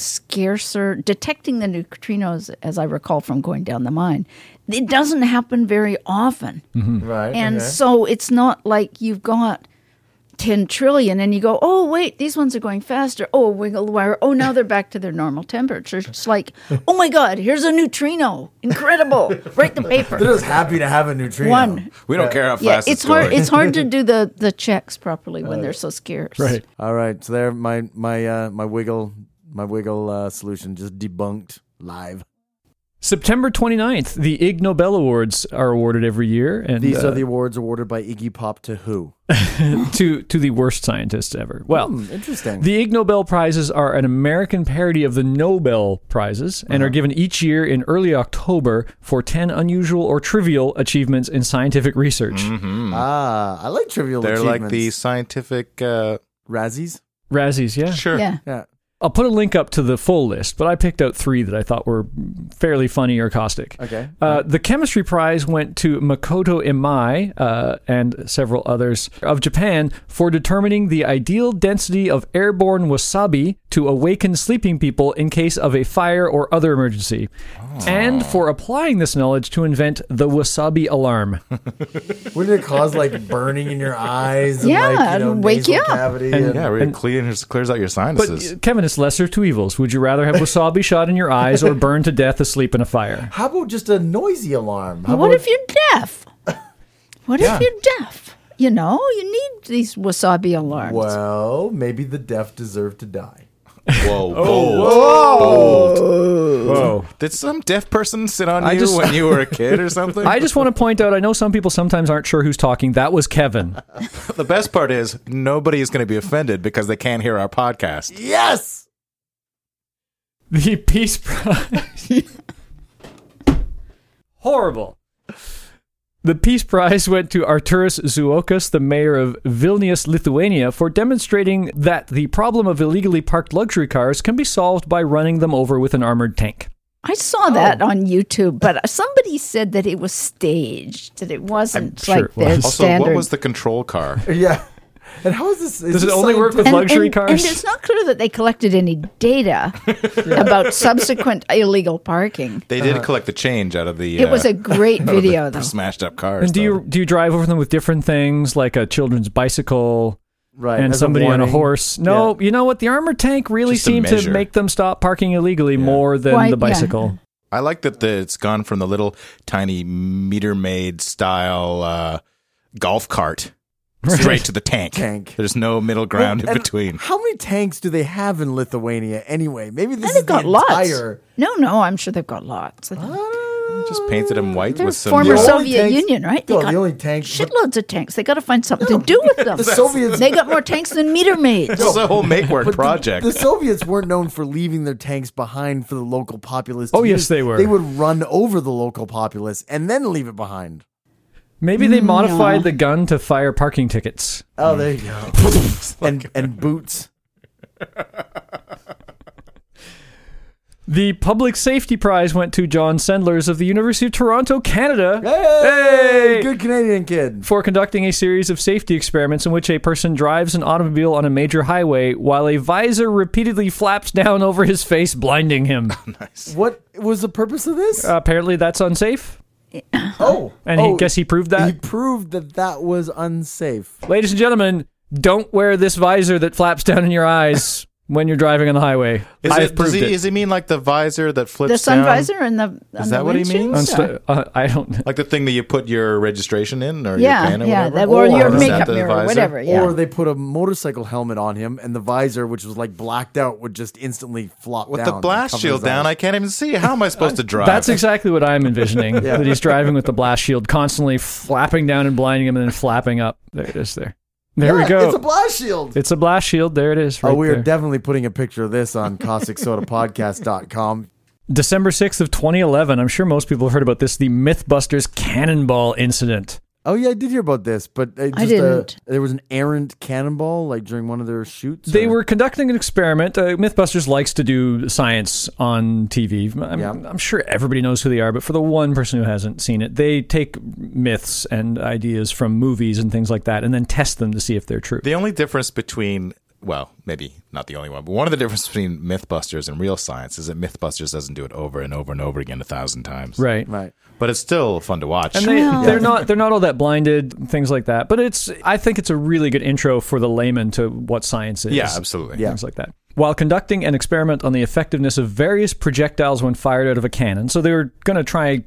[SPEAKER 3] scarcer. Detecting the neutrinos, as I recall from going down the mine, it doesn't happen very often,
[SPEAKER 4] Mm-hmm.
[SPEAKER 1] Right.
[SPEAKER 3] and so it's not like you've got. 10 trillion and you go oh wait these ones are going faster oh wiggle the wire oh now they're back to their normal temperature it's like oh my god here's a neutrino incredible write the
[SPEAKER 1] They're
[SPEAKER 3] paper
[SPEAKER 1] just happy to have a neutrino.
[SPEAKER 3] one
[SPEAKER 4] We don't care how fast
[SPEAKER 3] yeah,
[SPEAKER 4] it's,
[SPEAKER 3] it's hard.
[SPEAKER 4] going.
[SPEAKER 3] It's hard to do the the checks properly when they're so scarce.
[SPEAKER 2] Right.
[SPEAKER 1] All right. So there, my my uh my wiggle my wiggle uh, solution just debunked live.
[SPEAKER 2] September 29th, the Ig Nobel Awards are awarded every year, and
[SPEAKER 1] These
[SPEAKER 2] uh,
[SPEAKER 1] are the awards awarded by Iggy Pop to who?
[SPEAKER 2] to to the worst scientists ever. Well.
[SPEAKER 1] Hmm, interesting.
[SPEAKER 2] The Ig Nobel Prizes are an American parody of the Nobel Prizes and are given each year in early October for 10 unusual or trivial achievements in scientific research.
[SPEAKER 1] ah, I like trivial.
[SPEAKER 4] They're
[SPEAKER 1] achievements.
[SPEAKER 4] like the scientific. Uh,
[SPEAKER 1] Razzies.
[SPEAKER 2] Razzies, yeah.
[SPEAKER 4] sure.
[SPEAKER 3] Yeah.
[SPEAKER 1] Yeah.
[SPEAKER 2] I'll put a link up to the full list, but I picked out three that I thought were fairly funny or caustic.
[SPEAKER 1] Okay.
[SPEAKER 2] Uh, the chemistry prize went to Makoto Imai uh, and several others of Japan for determining the ideal density of airborne wasabi to awaken sleeping people in case of a fire or other emergency, and for applying this knowledge to invent the wasabi alarm.
[SPEAKER 1] Wouldn't it cause like burning in your eyes?
[SPEAKER 3] Yeah,
[SPEAKER 1] and, like, you know,
[SPEAKER 3] and wake
[SPEAKER 1] nasal
[SPEAKER 3] you up.
[SPEAKER 1] Cavity
[SPEAKER 2] And-
[SPEAKER 1] and-
[SPEAKER 4] Yeah, really clears, clears out your
[SPEAKER 2] But
[SPEAKER 4] sinuses.
[SPEAKER 2] uh, Kevin, it's lesser of two evils. Would you rather have wasabi shot in your eyes or burn to death asleep in a fire?
[SPEAKER 1] How about just a noisy alarm? How
[SPEAKER 3] What
[SPEAKER 1] about
[SPEAKER 3] if you're deaf? What if you're deaf? You know, you need these wasabi alarms.
[SPEAKER 1] Well, maybe the deaf deserve to die.
[SPEAKER 4] whoa, whoa.
[SPEAKER 2] Oh, Whoa.
[SPEAKER 4] Did some deaf person sit on
[SPEAKER 2] I
[SPEAKER 4] you
[SPEAKER 2] just-
[SPEAKER 4] when you were a kid or something?
[SPEAKER 2] I just want to point out I know some people sometimes aren't sure who's talking. That was Kevin.
[SPEAKER 4] the best part is nobody is going to be offended because they can't hear our podcast.
[SPEAKER 1] Yes.
[SPEAKER 2] The Peace Prize. Horrible. The Peace Prize went to Arturas Zuokas, the mayor of Vilnius, Lithuania, for demonstrating that the problem of illegally parked luxury cars can be solved by running them over with an armored tank.
[SPEAKER 3] I saw
[SPEAKER 1] Oh.
[SPEAKER 3] that on YouTube, but somebody said that it was staged, that it wasn't
[SPEAKER 2] sure
[SPEAKER 3] like
[SPEAKER 2] it was.
[SPEAKER 3] their
[SPEAKER 4] Also,
[SPEAKER 3] standard.
[SPEAKER 4] what was the control car?
[SPEAKER 1] Yeah. And how is this? Is
[SPEAKER 2] Does it
[SPEAKER 1] this
[SPEAKER 2] only work with
[SPEAKER 1] scientific?
[SPEAKER 3] And-
[SPEAKER 2] luxury
[SPEAKER 3] and-
[SPEAKER 2] cars?
[SPEAKER 3] And it's not clear that they collected any data about subsequent illegal parking.
[SPEAKER 4] They
[SPEAKER 2] Uh-huh.
[SPEAKER 4] did collect the change out of the.
[SPEAKER 3] It was a great
[SPEAKER 4] out of the
[SPEAKER 3] video, though.
[SPEAKER 4] Smashed up cars.
[SPEAKER 2] And do
[SPEAKER 4] though.
[SPEAKER 2] you do you drive over them with different things like a children's bicycle?
[SPEAKER 1] Right,
[SPEAKER 2] and
[SPEAKER 1] as a
[SPEAKER 2] somebody on a
[SPEAKER 1] warning.
[SPEAKER 2] horse. No, you know what? The armor tank really
[SPEAKER 4] Just a
[SPEAKER 2] seemed to
[SPEAKER 4] measure.
[SPEAKER 2] make them stop parking illegally more than
[SPEAKER 3] Why-
[SPEAKER 2] the
[SPEAKER 3] yeah.
[SPEAKER 2] bicycle.
[SPEAKER 4] I like that the, it's gone from the little tiny meter maid style uh, golf cart straight to the tank.
[SPEAKER 1] Tank.
[SPEAKER 4] There's no middle ground in
[SPEAKER 1] And
[SPEAKER 4] between.
[SPEAKER 1] How many tanks do they have in Lithuania anyway? Maybe this
[SPEAKER 3] And
[SPEAKER 1] is
[SPEAKER 3] they've got
[SPEAKER 1] the
[SPEAKER 3] lots.
[SPEAKER 1] entire.
[SPEAKER 3] No, no, I'm sure they've got lots.
[SPEAKER 1] Uh,
[SPEAKER 4] Just painted them white
[SPEAKER 3] They're
[SPEAKER 4] with some
[SPEAKER 3] former
[SPEAKER 1] The
[SPEAKER 4] yellow.
[SPEAKER 1] only
[SPEAKER 3] Soviet
[SPEAKER 1] tanks-
[SPEAKER 3] Union, right?
[SPEAKER 1] No, the only tanks-
[SPEAKER 3] Shitloads of tanks. They got to find something to do with them.
[SPEAKER 1] The Soviets-
[SPEAKER 3] They got more tanks than meter maids.
[SPEAKER 4] It's a whole make work
[SPEAKER 1] But the-
[SPEAKER 4] project.
[SPEAKER 1] The, Soviets weren't known for leaving their tanks behind for the local populace. to
[SPEAKER 2] Oh, yes,
[SPEAKER 1] use.
[SPEAKER 2] they were.
[SPEAKER 1] They would run over the local populace and then leave it behind.
[SPEAKER 2] Maybe
[SPEAKER 3] Mm,
[SPEAKER 2] they modified the gun to fire parking tickets.
[SPEAKER 1] Oh, there you go. and and boots.
[SPEAKER 2] The public safety prize went to John Sendlers of the University of Toronto, Canada. Hey!
[SPEAKER 1] good Canadian kid.
[SPEAKER 2] for conducting a series of safety experiments in which a person drives an automobile on a major highway while a visor repeatedly flaps down over his face, blinding him.
[SPEAKER 1] What was the purpose of this?
[SPEAKER 2] Apparently, that's unsafe.
[SPEAKER 1] oh,
[SPEAKER 2] And he-
[SPEAKER 1] oh,
[SPEAKER 2] guess he proved that?
[SPEAKER 1] He proved that that was unsafe.
[SPEAKER 2] Ladies and gentlemen, don't wear this visor that flaps down in your eyes when you're driving on the highway.
[SPEAKER 4] Is
[SPEAKER 2] I've
[SPEAKER 4] it, does,
[SPEAKER 2] proved
[SPEAKER 4] he,
[SPEAKER 2] it.
[SPEAKER 4] does he mean like the visor that flips
[SPEAKER 3] The sun
[SPEAKER 4] down?
[SPEAKER 3] visor and the. and
[SPEAKER 4] that
[SPEAKER 3] the
[SPEAKER 4] what he
[SPEAKER 3] windshield?
[SPEAKER 4] means?
[SPEAKER 2] Unsta- uh, I don't.
[SPEAKER 4] Like the thing that you put your registration in or
[SPEAKER 3] Yeah,
[SPEAKER 4] your pen or
[SPEAKER 3] yeah,
[SPEAKER 4] whatever?
[SPEAKER 3] that- or your
[SPEAKER 4] is that
[SPEAKER 3] makeup
[SPEAKER 4] the
[SPEAKER 3] mirror,
[SPEAKER 4] visor?
[SPEAKER 3] whatever. Yeah.
[SPEAKER 1] Or they put a motorcycle helmet on him, and the visor, which was like blacked out, would just instantly flop
[SPEAKER 4] With
[SPEAKER 1] down.
[SPEAKER 4] the
[SPEAKER 1] and
[SPEAKER 4] blast
[SPEAKER 1] cover
[SPEAKER 4] shield
[SPEAKER 1] his eyes.
[SPEAKER 4] down, I can't even see. How am I supposed to drive?
[SPEAKER 2] That's exactly what I'm envisioning. That he's driving with the blast shield, constantly flapping down and blinding him, and then flapping up. There it is. There. There we
[SPEAKER 1] Yeah,
[SPEAKER 2] go.
[SPEAKER 1] It's a blast shield.
[SPEAKER 2] It's a blast shield. There it is.
[SPEAKER 1] oh,
[SPEAKER 2] right
[SPEAKER 1] we are
[SPEAKER 2] there.
[SPEAKER 1] definitely putting a picture of this on causticsodapodcast.com.
[SPEAKER 2] December 6th of 2011. I'm sure most people have heard about this, the Mythbusters cannonball incident.
[SPEAKER 1] Oh yeah, I did hear about this, but it just,
[SPEAKER 3] I didn't.
[SPEAKER 1] Uh, there was an errant cannonball like during one of their shoots.
[SPEAKER 2] They
[SPEAKER 1] or-
[SPEAKER 2] were conducting an experiment. Uh, Mythbusters likes to do science on TV. I'm,
[SPEAKER 1] Yeah.
[SPEAKER 2] I'm sure everybody knows who they are, but for the one person who hasn't seen it, they take myths and ideas from movies and things like that and then test them to see if they're true.
[SPEAKER 4] The only difference between, well, maybe not the only one, but one of the differences between Mythbusters and real science is that Mythbusters doesn't do it over and over and over again a thousand times.
[SPEAKER 2] right.
[SPEAKER 1] right.
[SPEAKER 4] But it's still fun to watch.
[SPEAKER 2] And they, they're not they're not all that blinded things like that. But it's I think it's a really good intro for the layman to what science is.
[SPEAKER 4] yeah, absolutely.
[SPEAKER 1] Yeah.
[SPEAKER 2] things like that. While conducting an experiment on the effectiveness of various projectiles when fired out of a cannon, so they were going to try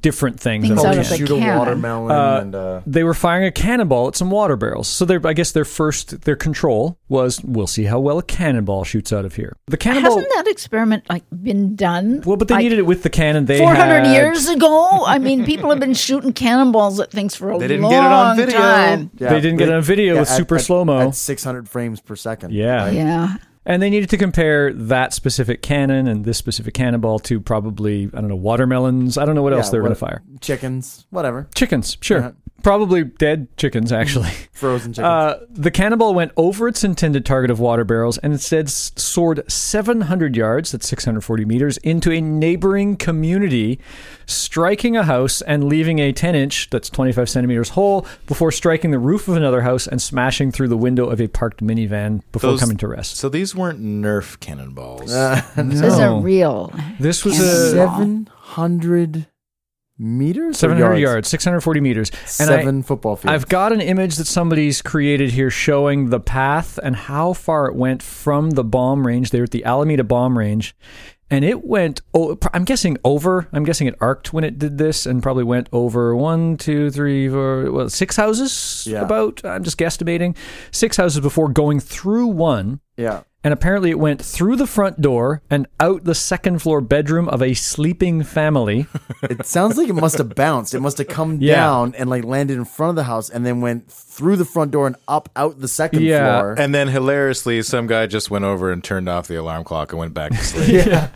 [SPEAKER 2] different things.
[SPEAKER 3] Things
[SPEAKER 2] out
[SPEAKER 1] Oh,
[SPEAKER 2] of a
[SPEAKER 1] you
[SPEAKER 2] cannon.
[SPEAKER 3] of the
[SPEAKER 1] shoot a
[SPEAKER 3] cannon.
[SPEAKER 1] watermelon and uh,
[SPEAKER 2] They were firing a cannonball at some water barrels. So their I guess their first their control was we'll see how well a cannonball shoots out of here. The cannonball
[SPEAKER 3] Hasn't that experiment like been done?
[SPEAKER 2] well, but they
[SPEAKER 3] like,
[SPEAKER 2] needed it with the cannon. They
[SPEAKER 3] 400
[SPEAKER 2] had-
[SPEAKER 3] years ago? I mean, people have been shooting cannonballs at things for a
[SPEAKER 4] They didn't
[SPEAKER 3] long
[SPEAKER 4] get it on video.
[SPEAKER 3] time.
[SPEAKER 1] yeah,
[SPEAKER 2] They didn't get on video with
[SPEAKER 1] at-
[SPEAKER 2] super
[SPEAKER 1] at-
[SPEAKER 2] slow-mo.
[SPEAKER 1] at 600 frames per second.
[SPEAKER 2] Yeah.
[SPEAKER 3] Yeah.
[SPEAKER 2] And they needed to compare that specific cannon and this specific cannonball to probably I don't know watermelons. I don't know what else
[SPEAKER 1] Yeah,
[SPEAKER 2] they were going
[SPEAKER 1] what-
[SPEAKER 2] to fire.
[SPEAKER 1] Chickens, whatever,
[SPEAKER 2] Chickens, sure.
[SPEAKER 1] Yeah.
[SPEAKER 2] Probably dead chickens, actually.
[SPEAKER 1] frozen chickens.
[SPEAKER 2] Uh, the cannonball went over its intended target of water barrels and instead s- soared 700 yards, that's 640 meters, into a neighboring community, striking a house and leaving a 10 inch, that's 25 centimeters, hole before striking the roof of another house and smashing through the window of a parked minivan before
[SPEAKER 4] Those-
[SPEAKER 2] coming to rest.
[SPEAKER 4] So these weren't Nerf
[SPEAKER 1] Uh,
[SPEAKER 4] cannonballs.
[SPEAKER 3] This is a
[SPEAKER 2] No.
[SPEAKER 3] real.
[SPEAKER 2] This was
[SPEAKER 3] Cannonball.
[SPEAKER 2] a.
[SPEAKER 1] 700 meters, or
[SPEAKER 2] 700 yards?
[SPEAKER 1] yards,
[SPEAKER 2] 640 meters. And I-
[SPEAKER 1] seven football fields.
[SPEAKER 2] I've got an image that somebody's created here showing the path and how far it went from the bomb range. They were at the Alameda bomb range, and it went. Oh, I'm guessing over. I'm guessing it arced when it did this, and probably went over one, two, three, four, well, six houses.
[SPEAKER 1] Yeah.
[SPEAKER 2] About I'm just guesstimating, six houses before going through one.
[SPEAKER 1] yeah,
[SPEAKER 2] And apparently, it went through the front door and out the second floor bedroom of a sleeping family.
[SPEAKER 1] it sounds like it must have bounced. It must have come
[SPEAKER 2] Yeah.
[SPEAKER 1] down and like landed in front of the house, and then went through the front door and up out the second
[SPEAKER 2] Yeah.
[SPEAKER 1] floor.
[SPEAKER 4] and then hilariously, some guy just went over and turned off the alarm clock and went back to sleep.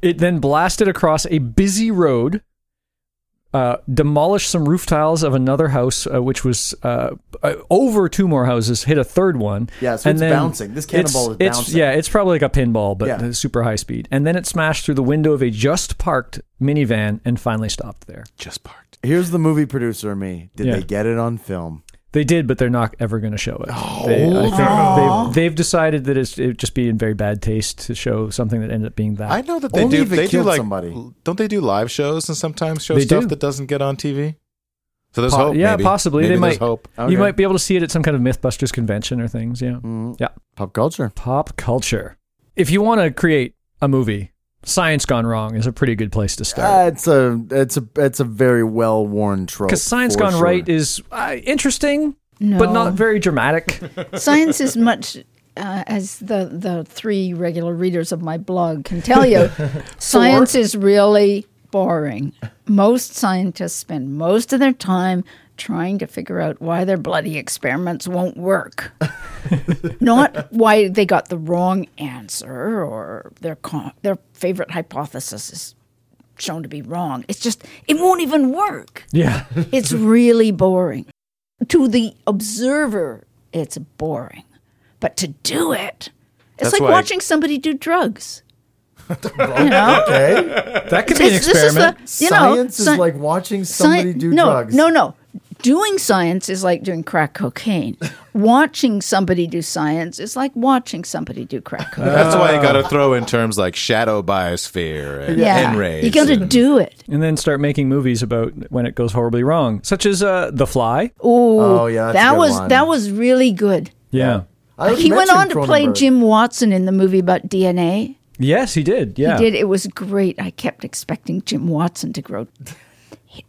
[SPEAKER 2] It then blasted across a busy road, uh, demolished some roof tiles of another house, uh, which was uh, uh, over two more houses, hit a third one.
[SPEAKER 1] Yeah, so it's bouncing. This cannonball is
[SPEAKER 2] it's, it's-
[SPEAKER 1] bouncing.
[SPEAKER 2] Yeah, it's probably like a pinball, but
[SPEAKER 1] Yeah.
[SPEAKER 2] uh, super high speed. And then it smashed through the window of a just parked minivan and finally stopped there.
[SPEAKER 4] just parked.
[SPEAKER 1] Here's the movie producer in me. Did
[SPEAKER 2] Yeah.
[SPEAKER 1] they get it on film?
[SPEAKER 2] They did, but they're not ever going to show it.
[SPEAKER 1] Oh,
[SPEAKER 2] They, I think they've, they've decided that it's, it'd just be in very bad taste to show something that ended up being that.
[SPEAKER 4] I know that they
[SPEAKER 1] Only
[SPEAKER 4] do.
[SPEAKER 1] if it
[SPEAKER 4] they do
[SPEAKER 1] killed
[SPEAKER 4] like
[SPEAKER 1] somebody.
[SPEAKER 4] don't they do live shows and sometimes show
[SPEAKER 2] They
[SPEAKER 4] stuff
[SPEAKER 2] do.
[SPEAKER 4] that doesn't get on TV? So there's hope.
[SPEAKER 2] yeah,
[SPEAKER 4] maybe.
[SPEAKER 2] possibly
[SPEAKER 4] Maybe
[SPEAKER 2] they
[SPEAKER 4] there's
[SPEAKER 2] might.
[SPEAKER 4] hope.
[SPEAKER 1] Okay. Hmm.
[SPEAKER 2] You might be able to see it at some kind of MythBusters convention or things. Yeah, yeah.
[SPEAKER 1] Pop culture.
[SPEAKER 2] Pop culture. If you want to create a movie, Science Gone Wrong is a pretty good place to start.
[SPEAKER 1] Uh, it's a it's a it's a very well worn trope.
[SPEAKER 2] Because Science
[SPEAKER 1] for
[SPEAKER 2] Gone
[SPEAKER 1] sure.
[SPEAKER 2] Right is uh, interesting,
[SPEAKER 3] No.
[SPEAKER 2] but not very dramatic.
[SPEAKER 3] Science is much. Uh, as the, the three regular readers of my blog can tell you, science is really boring. Most scientists spend most of their time trying to figure out why their bloody experiments won't work, not why they got the wrong answer or their, co their favorite hypothesis is shown to be wrong. It's just, it won't even work.
[SPEAKER 2] yeah.
[SPEAKER 3] It's really boring. To the observer, it's boring. But to do it, it's
[SPEAKER 4] That's
[SPEAKER 3] like
[SPEAKER 4] why-
[SPEAKER 3] watching somebody do drugs. you know,
[SPEAKER 1] Okay.
[SPEAKER 2] That could be an
[SPEAKER 3] This- this is the-
[SPEAKER 2] experiment.
[SPEAKER 3] You know,
[SPEAKER 1] Science
[SPEAKER 3] sci-
[SPEAKER 1] is like watching somebody
[SPEAKER 3] Sci-
[SPEAKER 1] do
[SPEAKER 3] no,
[SPEAKER 1] drugs.
[SPEAKER 3] No, no. Doing science is like doing crack cocaine. watching somebody do science is like watching somebody do
[SPEAKER 1] Uh,
[SPEAKER 3] crack cocaine.
[SPEAKER 4] That's why
[SPEAKER 1] Oh.
[SPEAKER 4] you got to throw in terms like shadow biosphere and
[SPEAKER 3] yeah.
[SPEAKER 4] N-rays.
[SPEAKER 3] you got to
[SPEAKER 4] and-
[SPEAKER 3] do it.
[SPEAKER 2] and then start making movies about when it goes horribly wrong, such as uh, The Fly.
[SPEAKER 3] Ooh,
[SPEAKER 1] Oh, yeah, that's a
[SPEAKER 3] that
[SPEAKER 1] good
[SPEAKER 3] was
[SPEAKER 1] one.
[SPEAKER 3] that was really good.
[SPEAKER 2] Yeah.
[SPEAKER 1] I
[SPEAKER 3] he went on
[SPEAKER 1] mentioned
[SPEAKER 3] to play
[SPEAKER 1] Cronenberg.
[SPEAKER 3] Jim Watson in the movie about DNA.
[SPEAKER 2] Yes, he did. Yeah.
[SPEAKER 3] He did. It was great. I kept expecting Jim Watson to grow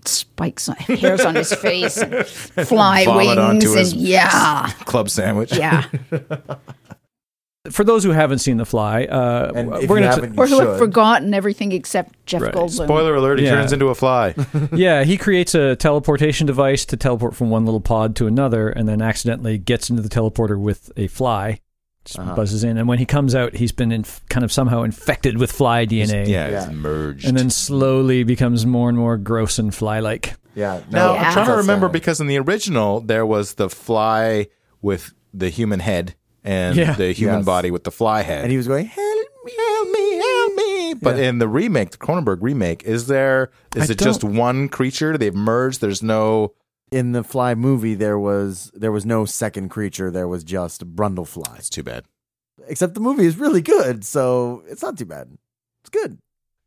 [SPEAKER 3] spikes on hairs on his face and fly
[SPEAKER 4] Vomit onto
[SPEAKER 3] wings and
[SPEAKER 4] his-
[SPEAKER 3] yeah.
[SPEAKER 4] club sandwich.
[SPEAKER 3] Yeah.
[SPEAKER 2] For those who haven't seen The Fly, uh,
[SPEAKER 1] And if
[SPEAKER 2] we're
[SPEAKER 1] you
[SPEAKER 2] going
[SPEAKER 1] haven't,
[SPEAKER 2] to.
[SPEAKER 1] you
[SPEAKER 3] Or who have
[SPEAKER 1] should.
[SPEAKER 3] forgotten everything except Jeff
[SPEAKER 2] Right.
[SPEAKER 3] Goldblum.
[SPEAKER 4] Spoiler alert, he
[SPEAKER 2] Yeah.
[SPEAKER 4] turns into a fly.
[SPEAKER 2] Yeah, he creates a teleportation device to teleport from one little pod to another and then accidentally gets into the teleporter with a fly. Just buzzes in. And when he comes out, he's been in, kind of somehow infected with fly DNA.
[SPEAKER 4] Yeah,
[SPEAKER 1] Yeah.
[SPEAKER 4] he's merged.
[SPEAKER 2] And then slowly becomes more and more gross and fly like.
[SPEAKER 1] Yeah.
[SPEAKER 4] now
[SPEAKER 3] Yeah.
[SPEAKER 4] I'm trying to
[SPEAKER 1] that's
[SPEAKER 4] remember
[SPEAKER 1] a-
[SPEAKER 4] because in the original there was the fly with the human head and
[SPEAKER 2] Yeah.
[SPEAKER 4] the human
[SPEAKER 1] Yes.
[SPEAKER 4] body with the fly head.
[SPEAKER 1] and he was going help me, help me, help me.
[SPEAKER 4] but in the remake, the Cronenberg remake, is there is
[SPEAKER 2] I
[SPEAKER 4] it just
[SPEAKER 2] don't-
[SPEAKER 4] one creature? They've merged. There's no
[SPEAKER 1] In the Fly movie, there was there was no second creature. There was just Brundlefly.
[SPEAKER 4] It's too bad.
[SPEAKER 1] Except the movie is really good, so it's not too bad. It's good.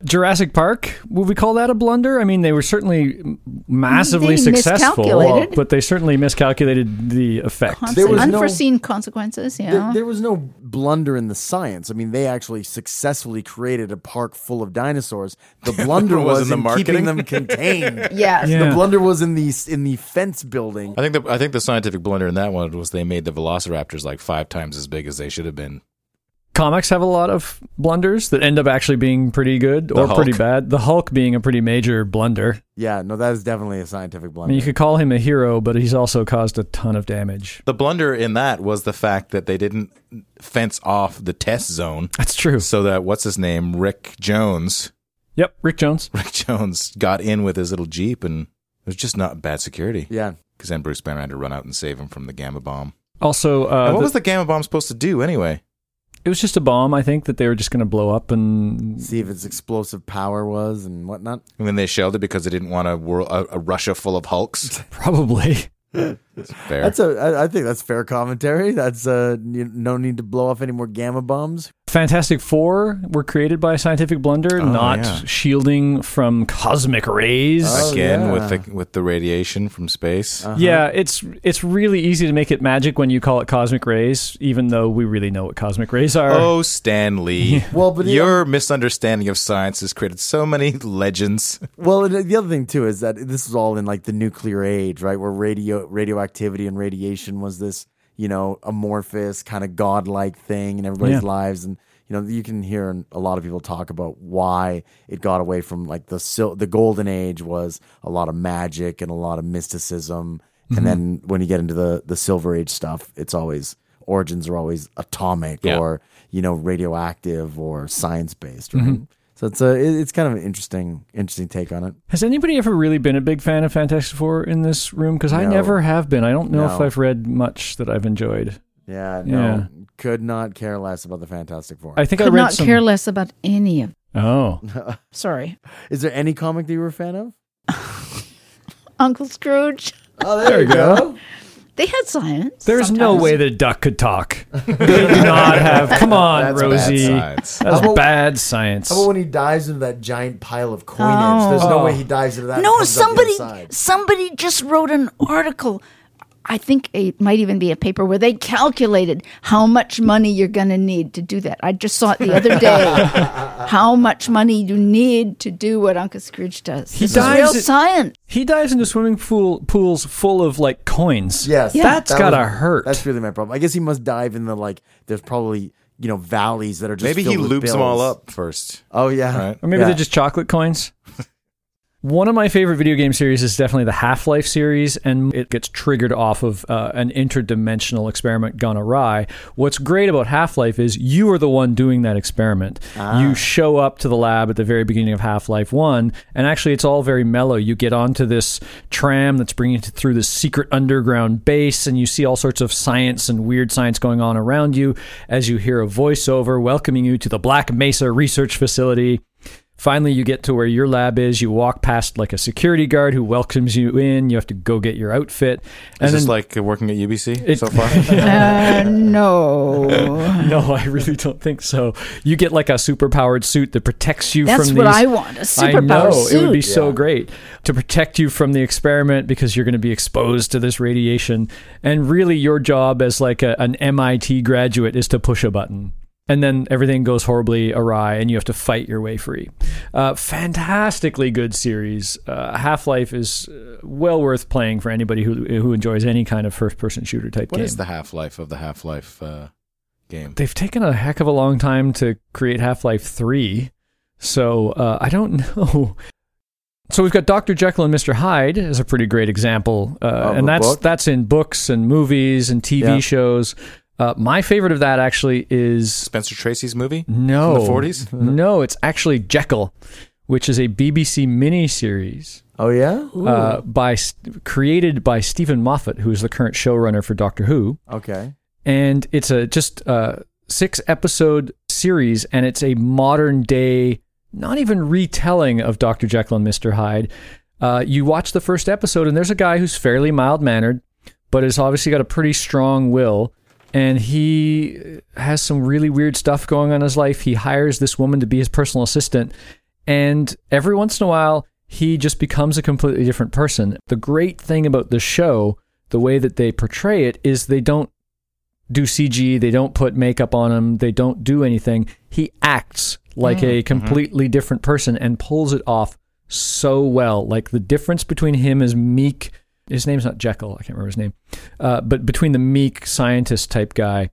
[SPEAKER 2] Jurassic Park, would we call that a blunder? I mean, they were certainly massively
[SPEAKER 3] They
[SPEAKER 2] successful,
[SPEAKER 3] miscalculated.
[SPEAKER 2] but they certainly miscalculated the effect.
[SPEAKER 3] Conse-
[SPEAKER 1] There was no-
[SPEAKER 3] unforeseen consequences, yeah.
[SPEAKER 1] There, there was no blunder in the science. I mean, they actually successfully created a park full of dinosaurs. The blunder
[SPEAKER 4] Was
[SPEAKER 1] was
[SPEAKER 4] in the
[SPEAKER 1] in
[SPEAKER 4] marketing?
[SPEAKER 1] keeping them contained.
[SPEAKER 3] yes.
[SPEAKER 2] Yeah.
[SPEAKER 1] The blunder was in the in the fence building.
[SPEAKER 4] I think the I think the scientific blunder in that one was they made the velociraptors like five times as big as they should have been.
[SPEAKER 2] Comics have a lot of blunders that end up actually being pretty good or
[SPEAKER 4] Hulk.
[SPEAKER 2] pretty bad. The Hulk being a pretty major blunder.
[SPEAKER 1] Yeah, no, that is definitely a scientific
[SPEAKER 2] I
[SPEAKER 1] blunder.
[SPEAKER 2] mean, you could call him a hero, but he's also caused a ton of damage.
[SPEAKER 4] The blunder in that was the fact that they didn't fence off the test zone
[SPEAKER 2] That's true.
[SPEAKER 4] so that what's his name Rick Jones
[SPEAKER 2] Yep, Rick Jones.
[SPEAKER 4] Rick Jones got in with his little jeep and it was just not bad security
[SPEAKER 1] yeah,
[SPEAKER 4] because then Bruce Banner had to run out and save him from the gamma bomb.
[SPEAKER 2] Also, uh,
[SPEAKER 4] and what
[SPEAKER 2] the-
[SPEAKER 4] was the gamma bomb supposed to do anyway?
[SPEAKER 2] it was just a bomb. I think that they were just going to blow up and
[SPEAKER 1] see if its explosive power was and whatnot.
[SPEAKER 4] And then they shelled it because they didn't want a, world, a, a Russia full of Hulks.
[SPEAKER 2] probably.
[SPEAKER 4] Fair.
[SPEAKER 1] That's a, I, I think that's fair commentary. That's uh, you, no need to blow off any more gamma bombs.
[SPEAKER 2] Fantastic Four were created by a scientific blunder,
[SPEAKER 4] Oh,
[SPEAKER 2] not
[SPEAKER 4] yeah.
[SPEAKER 2] shielding from cosmic rays.
[SPEAKER 1] Oh,
[SPEAKER 4] Again
[SPEAKER 1] yeah. Uh-huh.
[SPEAKER 4] with the with the radiation from space.
[SPEAKER 2] Yeah, it's it's really easy to make it magic when you call it cosmic rays, even though we really know what cosmic rays are.
[SPEAKER 4] Oh, Stan Lee.
[SPEAKER 1] Well, but um
[SPEAKER 4] your misunderstanding of science has created so many legends.
[SPEAKER 1] Well, and the other thing too is that this was all in like the nuclear age, right? Where radio radioactivity and radiation was this, you know, amorphous kind of godlike thing in everybody's
[SPEAKER 2] Yeah.
[SPEAKER 1] lives, and you know, you can hear a lot of people talk about why it got away from like the sil- the golden age was a lot of magic and a lot of mysticism, and then when you get into the the silver age stuff, it's always origins are always atomic
[SPEAKER 4] Yeah.
[SPEAKER 1] or you know radioactive or science based, right? So it's a it- it's kind of an interesting interesting take on it.
[SPEAKER 2] Has anybody ever really been a big fan of Fantastic Four in this room? Because I
[SPEAKER 1] No.
[SPEAKER 2] never have been. I don't know if
[SPEAKER 1] No.
[SPEAKER 2] I've read much that I've enjoyed.
[SPEAKER 1] Yeah, no,
[SPEAKER 2] Yeah.
[SPEAKER 1] could not care less about the Fantastic Four.
[SPEAKER 2] I think I
[SPEAKER 3] Could
[SPEAKER 2] read
[SPEAKER 3] not
[SPEAKER 2] some.
[SPEAKER 3] care less about any of
[SPEAKER 2] Oh,
[SPEAKER 3] Sorry.
[SPEAKER 1] Is there any comic that you were a fan of?
[SPEAKER 3] Uncle Scrooge.
[SPEAKER 1] Oh, there, you go.
[SPEAKER 3] They had science.
[SPEAKER 2] There's no
[SPEAKER 3] sometimes.
[SPEAKER 2] way that a duck could talk. They do not have. Come on,
[SPEAKER 4] That's bad
[SPEAKER 2] Rosie.
[SPEAKER 4] science.
[SPEAKER 2] That's
[SPEAKER 1] How about-
[SPEAKER 2] bad science.
[SPEAKER 1] How about when he dives into that giant pile of coinage?
[SPEAKER 3] Oh.
[SPEAKER 1] There's no way he dives into that. and
[SPEAKER 3] No,
[SPEAKER 1] comes up the other
[SPEAKER 3] somebody
[SPEAKER 1] side.
[SPEAKER 3] somebody just wrote an article. I think it might even be a paper where they calculated how much money you're going to need to do that. I just saw it the other day. how much money you need to do what Uncle Scrooge does. This is
[SPEAKER 2] dives
[SPEAKER 3] real
[SPEAKER 2] it-
[SPEAKER 3] science.
[SPEAKER 2] He dives into swimming pool pools full of like coins.
[SPEAKER 1] Yes,
[SPEAKER 3] Yeah.
[SPEAKER 2] that's
[SPEAKER 1] that
[SPEAKER 2] gotta
[SPEAKER 1] was-
[SPEAKER 2] hurt.
[SPEAKER 1] That's really my problem. I guess he must dive in the like. There's probably you know valleys that are just
[SPEAKER 4] Maybe he
[SPEAKER 1] filled with
[SPEAKER 4] loops them all
[SPEAKER 1] bills.
[SPEAKER 4] up first.
[SPEAKER 1] Oh yeah,
[SPEAKER 4] Right.
[SPEAKER 2] Or maybe
[SPEAKER 1] Yeah.
[SPEAKER 2] they're just chocolate coins. One of my favorite video game series is definitely the Half Life series, and it gets triggered off of uh, an interdimensional experiment gone awry. What's great about Half Life is you are the one doing that experiment. You show up to the lab at the very beginning of Half Life 1, and actually, it's all very mellow. You get onto this tram that's bringing you through this secret underground base, and you see all sorts of science and weird science going on around you as you hear a voiceover welcoming you to the Black Mesa Research Facility. Finally, you get to where your lab is. You walk past like a security guard who welcomes you in. You have to go get your outfit.
[SPEAKER 4] Is
[SPEAKER 2] And
[SPEAKER 4] this
[SPEAKER 2] then,
[SPEAKER 4] like working at UBC
[SPEAKER 2] It-
[SPEAKER 4] so far?
[SPEAKER 3] Uh, no.
[SPEAKER 2] no, I really don't think so. You get like a superpowered suit that protects you
[SPEAKER 3] That's
[SPEAKER 2] from
[SPEAKER 3] what
[SPEAKER 2] these.
[SPEAKER 3] I want a
[SPEAKER 2] I know
[SPEAKER 3] superpower suit.
[SPEAKER 2] it would be so great to protect you from the experiment because you're going to be exposed to this radiation. And really, your job as like a, an MIT graduate is to push a button, and then everything goes horribly awry, and you have to fight your way free. Uh, fantastically good series. Uh, Half Life is uh, well worth playing for anybody who who enjoys any kind of first person shooter type
[SPEAKER 4] What
[SPEAKER 2] game.
[SPEAKER 4] is the half life of the half life uh, game?
[SPEAKER 2] They've taken a heck of a long time to create Half Life 3, so uh, I don't know. So we've got Dr. Jekyll and Mr. Hyde is a pretty great example, uh,
[SPEAKER 1] Of a
[SPEAKER 2] and that's
[SPEAKER 1] book?
[SPEAKER 2] that's in books and movies and TV
[SPEAKER 1] Yeah.
[SPEAKER 2] shows. Uh, my favorite of that actually is
[SPEAKER 4] Spencer Tracy's movie?
[SPEAKER 2] no
[SPEAKER 4] From the 40s?
[SPEAKER 2] No, it's actually Jekyll, which is a BBC miniseries
[SPEAKER 1] Oh yeah.
[SPEAKER 2] uh, by created by Stephen Moffat, who is the current showrunner for Doctor Who
[SPEAKER 1] Okay.
[SPEAKER 2] and it's a just a six episode series and it's a modern day not even retelling of dr jekyll and mr hyde uh, you watch the first episode and there's a guy who's fairly mild mannered but has obviously got a pretty strong will and he has some really weird stuff going on in his life he hires this woman to be his personal assistant and every once in a while he just becomes a completely different person the great thing about the show the way that they portray it is they don't do CG. They don't put makeup on him. They don't do anything. He acts like a completely different person and pulls it off so well. Like the difference between him is meek. His name's not Jekyll. I can't remember his name. Uh, but between the meek scientist type guy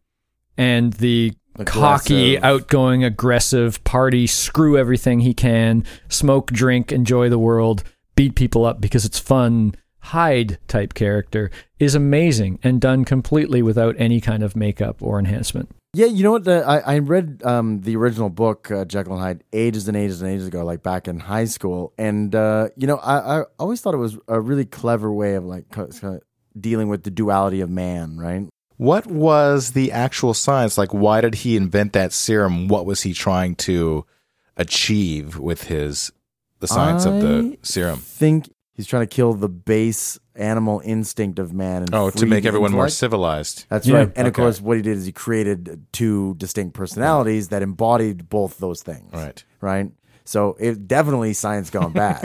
[SPEAKER 2] and the cocky,
[SPEAKER 1] Aggressive.
[SPEAKER 2] outgoing, aggressive party, screw everything he can, smoke, drink, enjoy the world, beat people up because it's fun, Hyde type character is amazing and done completely without any kind of makeup or enhancement.
[SPEAKER 1] Yeah, you know what? The, I, I read um, the original book, uh, Jekyll and Hyde, ages and ages and ages ago, like back in high school. And, uh, you know, I, I always thought it was a really clever way of like co- co- dealing with the duality of man, right?
[SPEAKER 4] What was the actual science? Like, why did he invent that serum? What was he trying to achieve with his the science of the
[SPEAKER 1] I
[SPEAKER 4] serum?
[SPEAKER 1] think he's trying to kill the base animal instinct of man. And
[SPEAKER 4] Oh, to
[SPEAKER 1] free
[SPEAKER 4] make
[SPEAKER 1] the
[SPEAKER 4] everyone more
[SPEAKER 1] intellect.
[SPEAKER 4] civilized.
[SPEAKER 1] That's
[SPEAKER 2] Yeah.
[SPEAKER 1] right. And of
[SPEAKER 4] Okay.
[SPEAKER 1] course, what he did is he created two distinct personalities that embodied both those things.
[SPEAKER 4] Right.
[SPEAKER 1] Right. So it definitely science gone bad.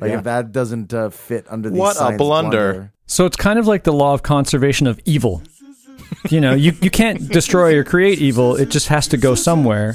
[SPEAKER 1] like if that doesn't uh, fit under the
[SPEAKER 4] What a
[SPEAKER 1] science
[SPEAKER 4] blunder.
[SPEAKER 2] So it's kind of like the law of conservation of evil. You know, you, you can't destroy or create evil. It just has to go somewhere.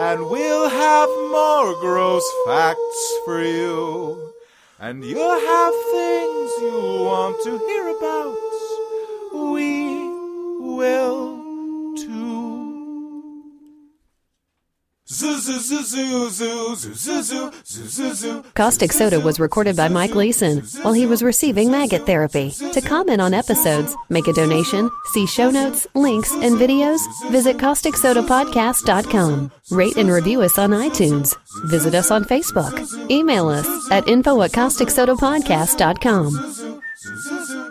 [SPEAKER 5] And we'll have more gross facts for you. And you'll have things you'll want to hear about. We will too. Zoo, zoo, zoo, zoo, zoo, zoo, zoo, zoo, zoo, zoo, zoo.
[SPEAKER 7] Caustic Soda was recorded by Mike Leeson while he was receiving maggot therapy. To comment on episodes, make a donation, see show notes, links, and videos, visit causticsodapodcast.com. Rate and review us on iTunes. Visit us on Facebook. Email us at info at causticsodapodcast.com.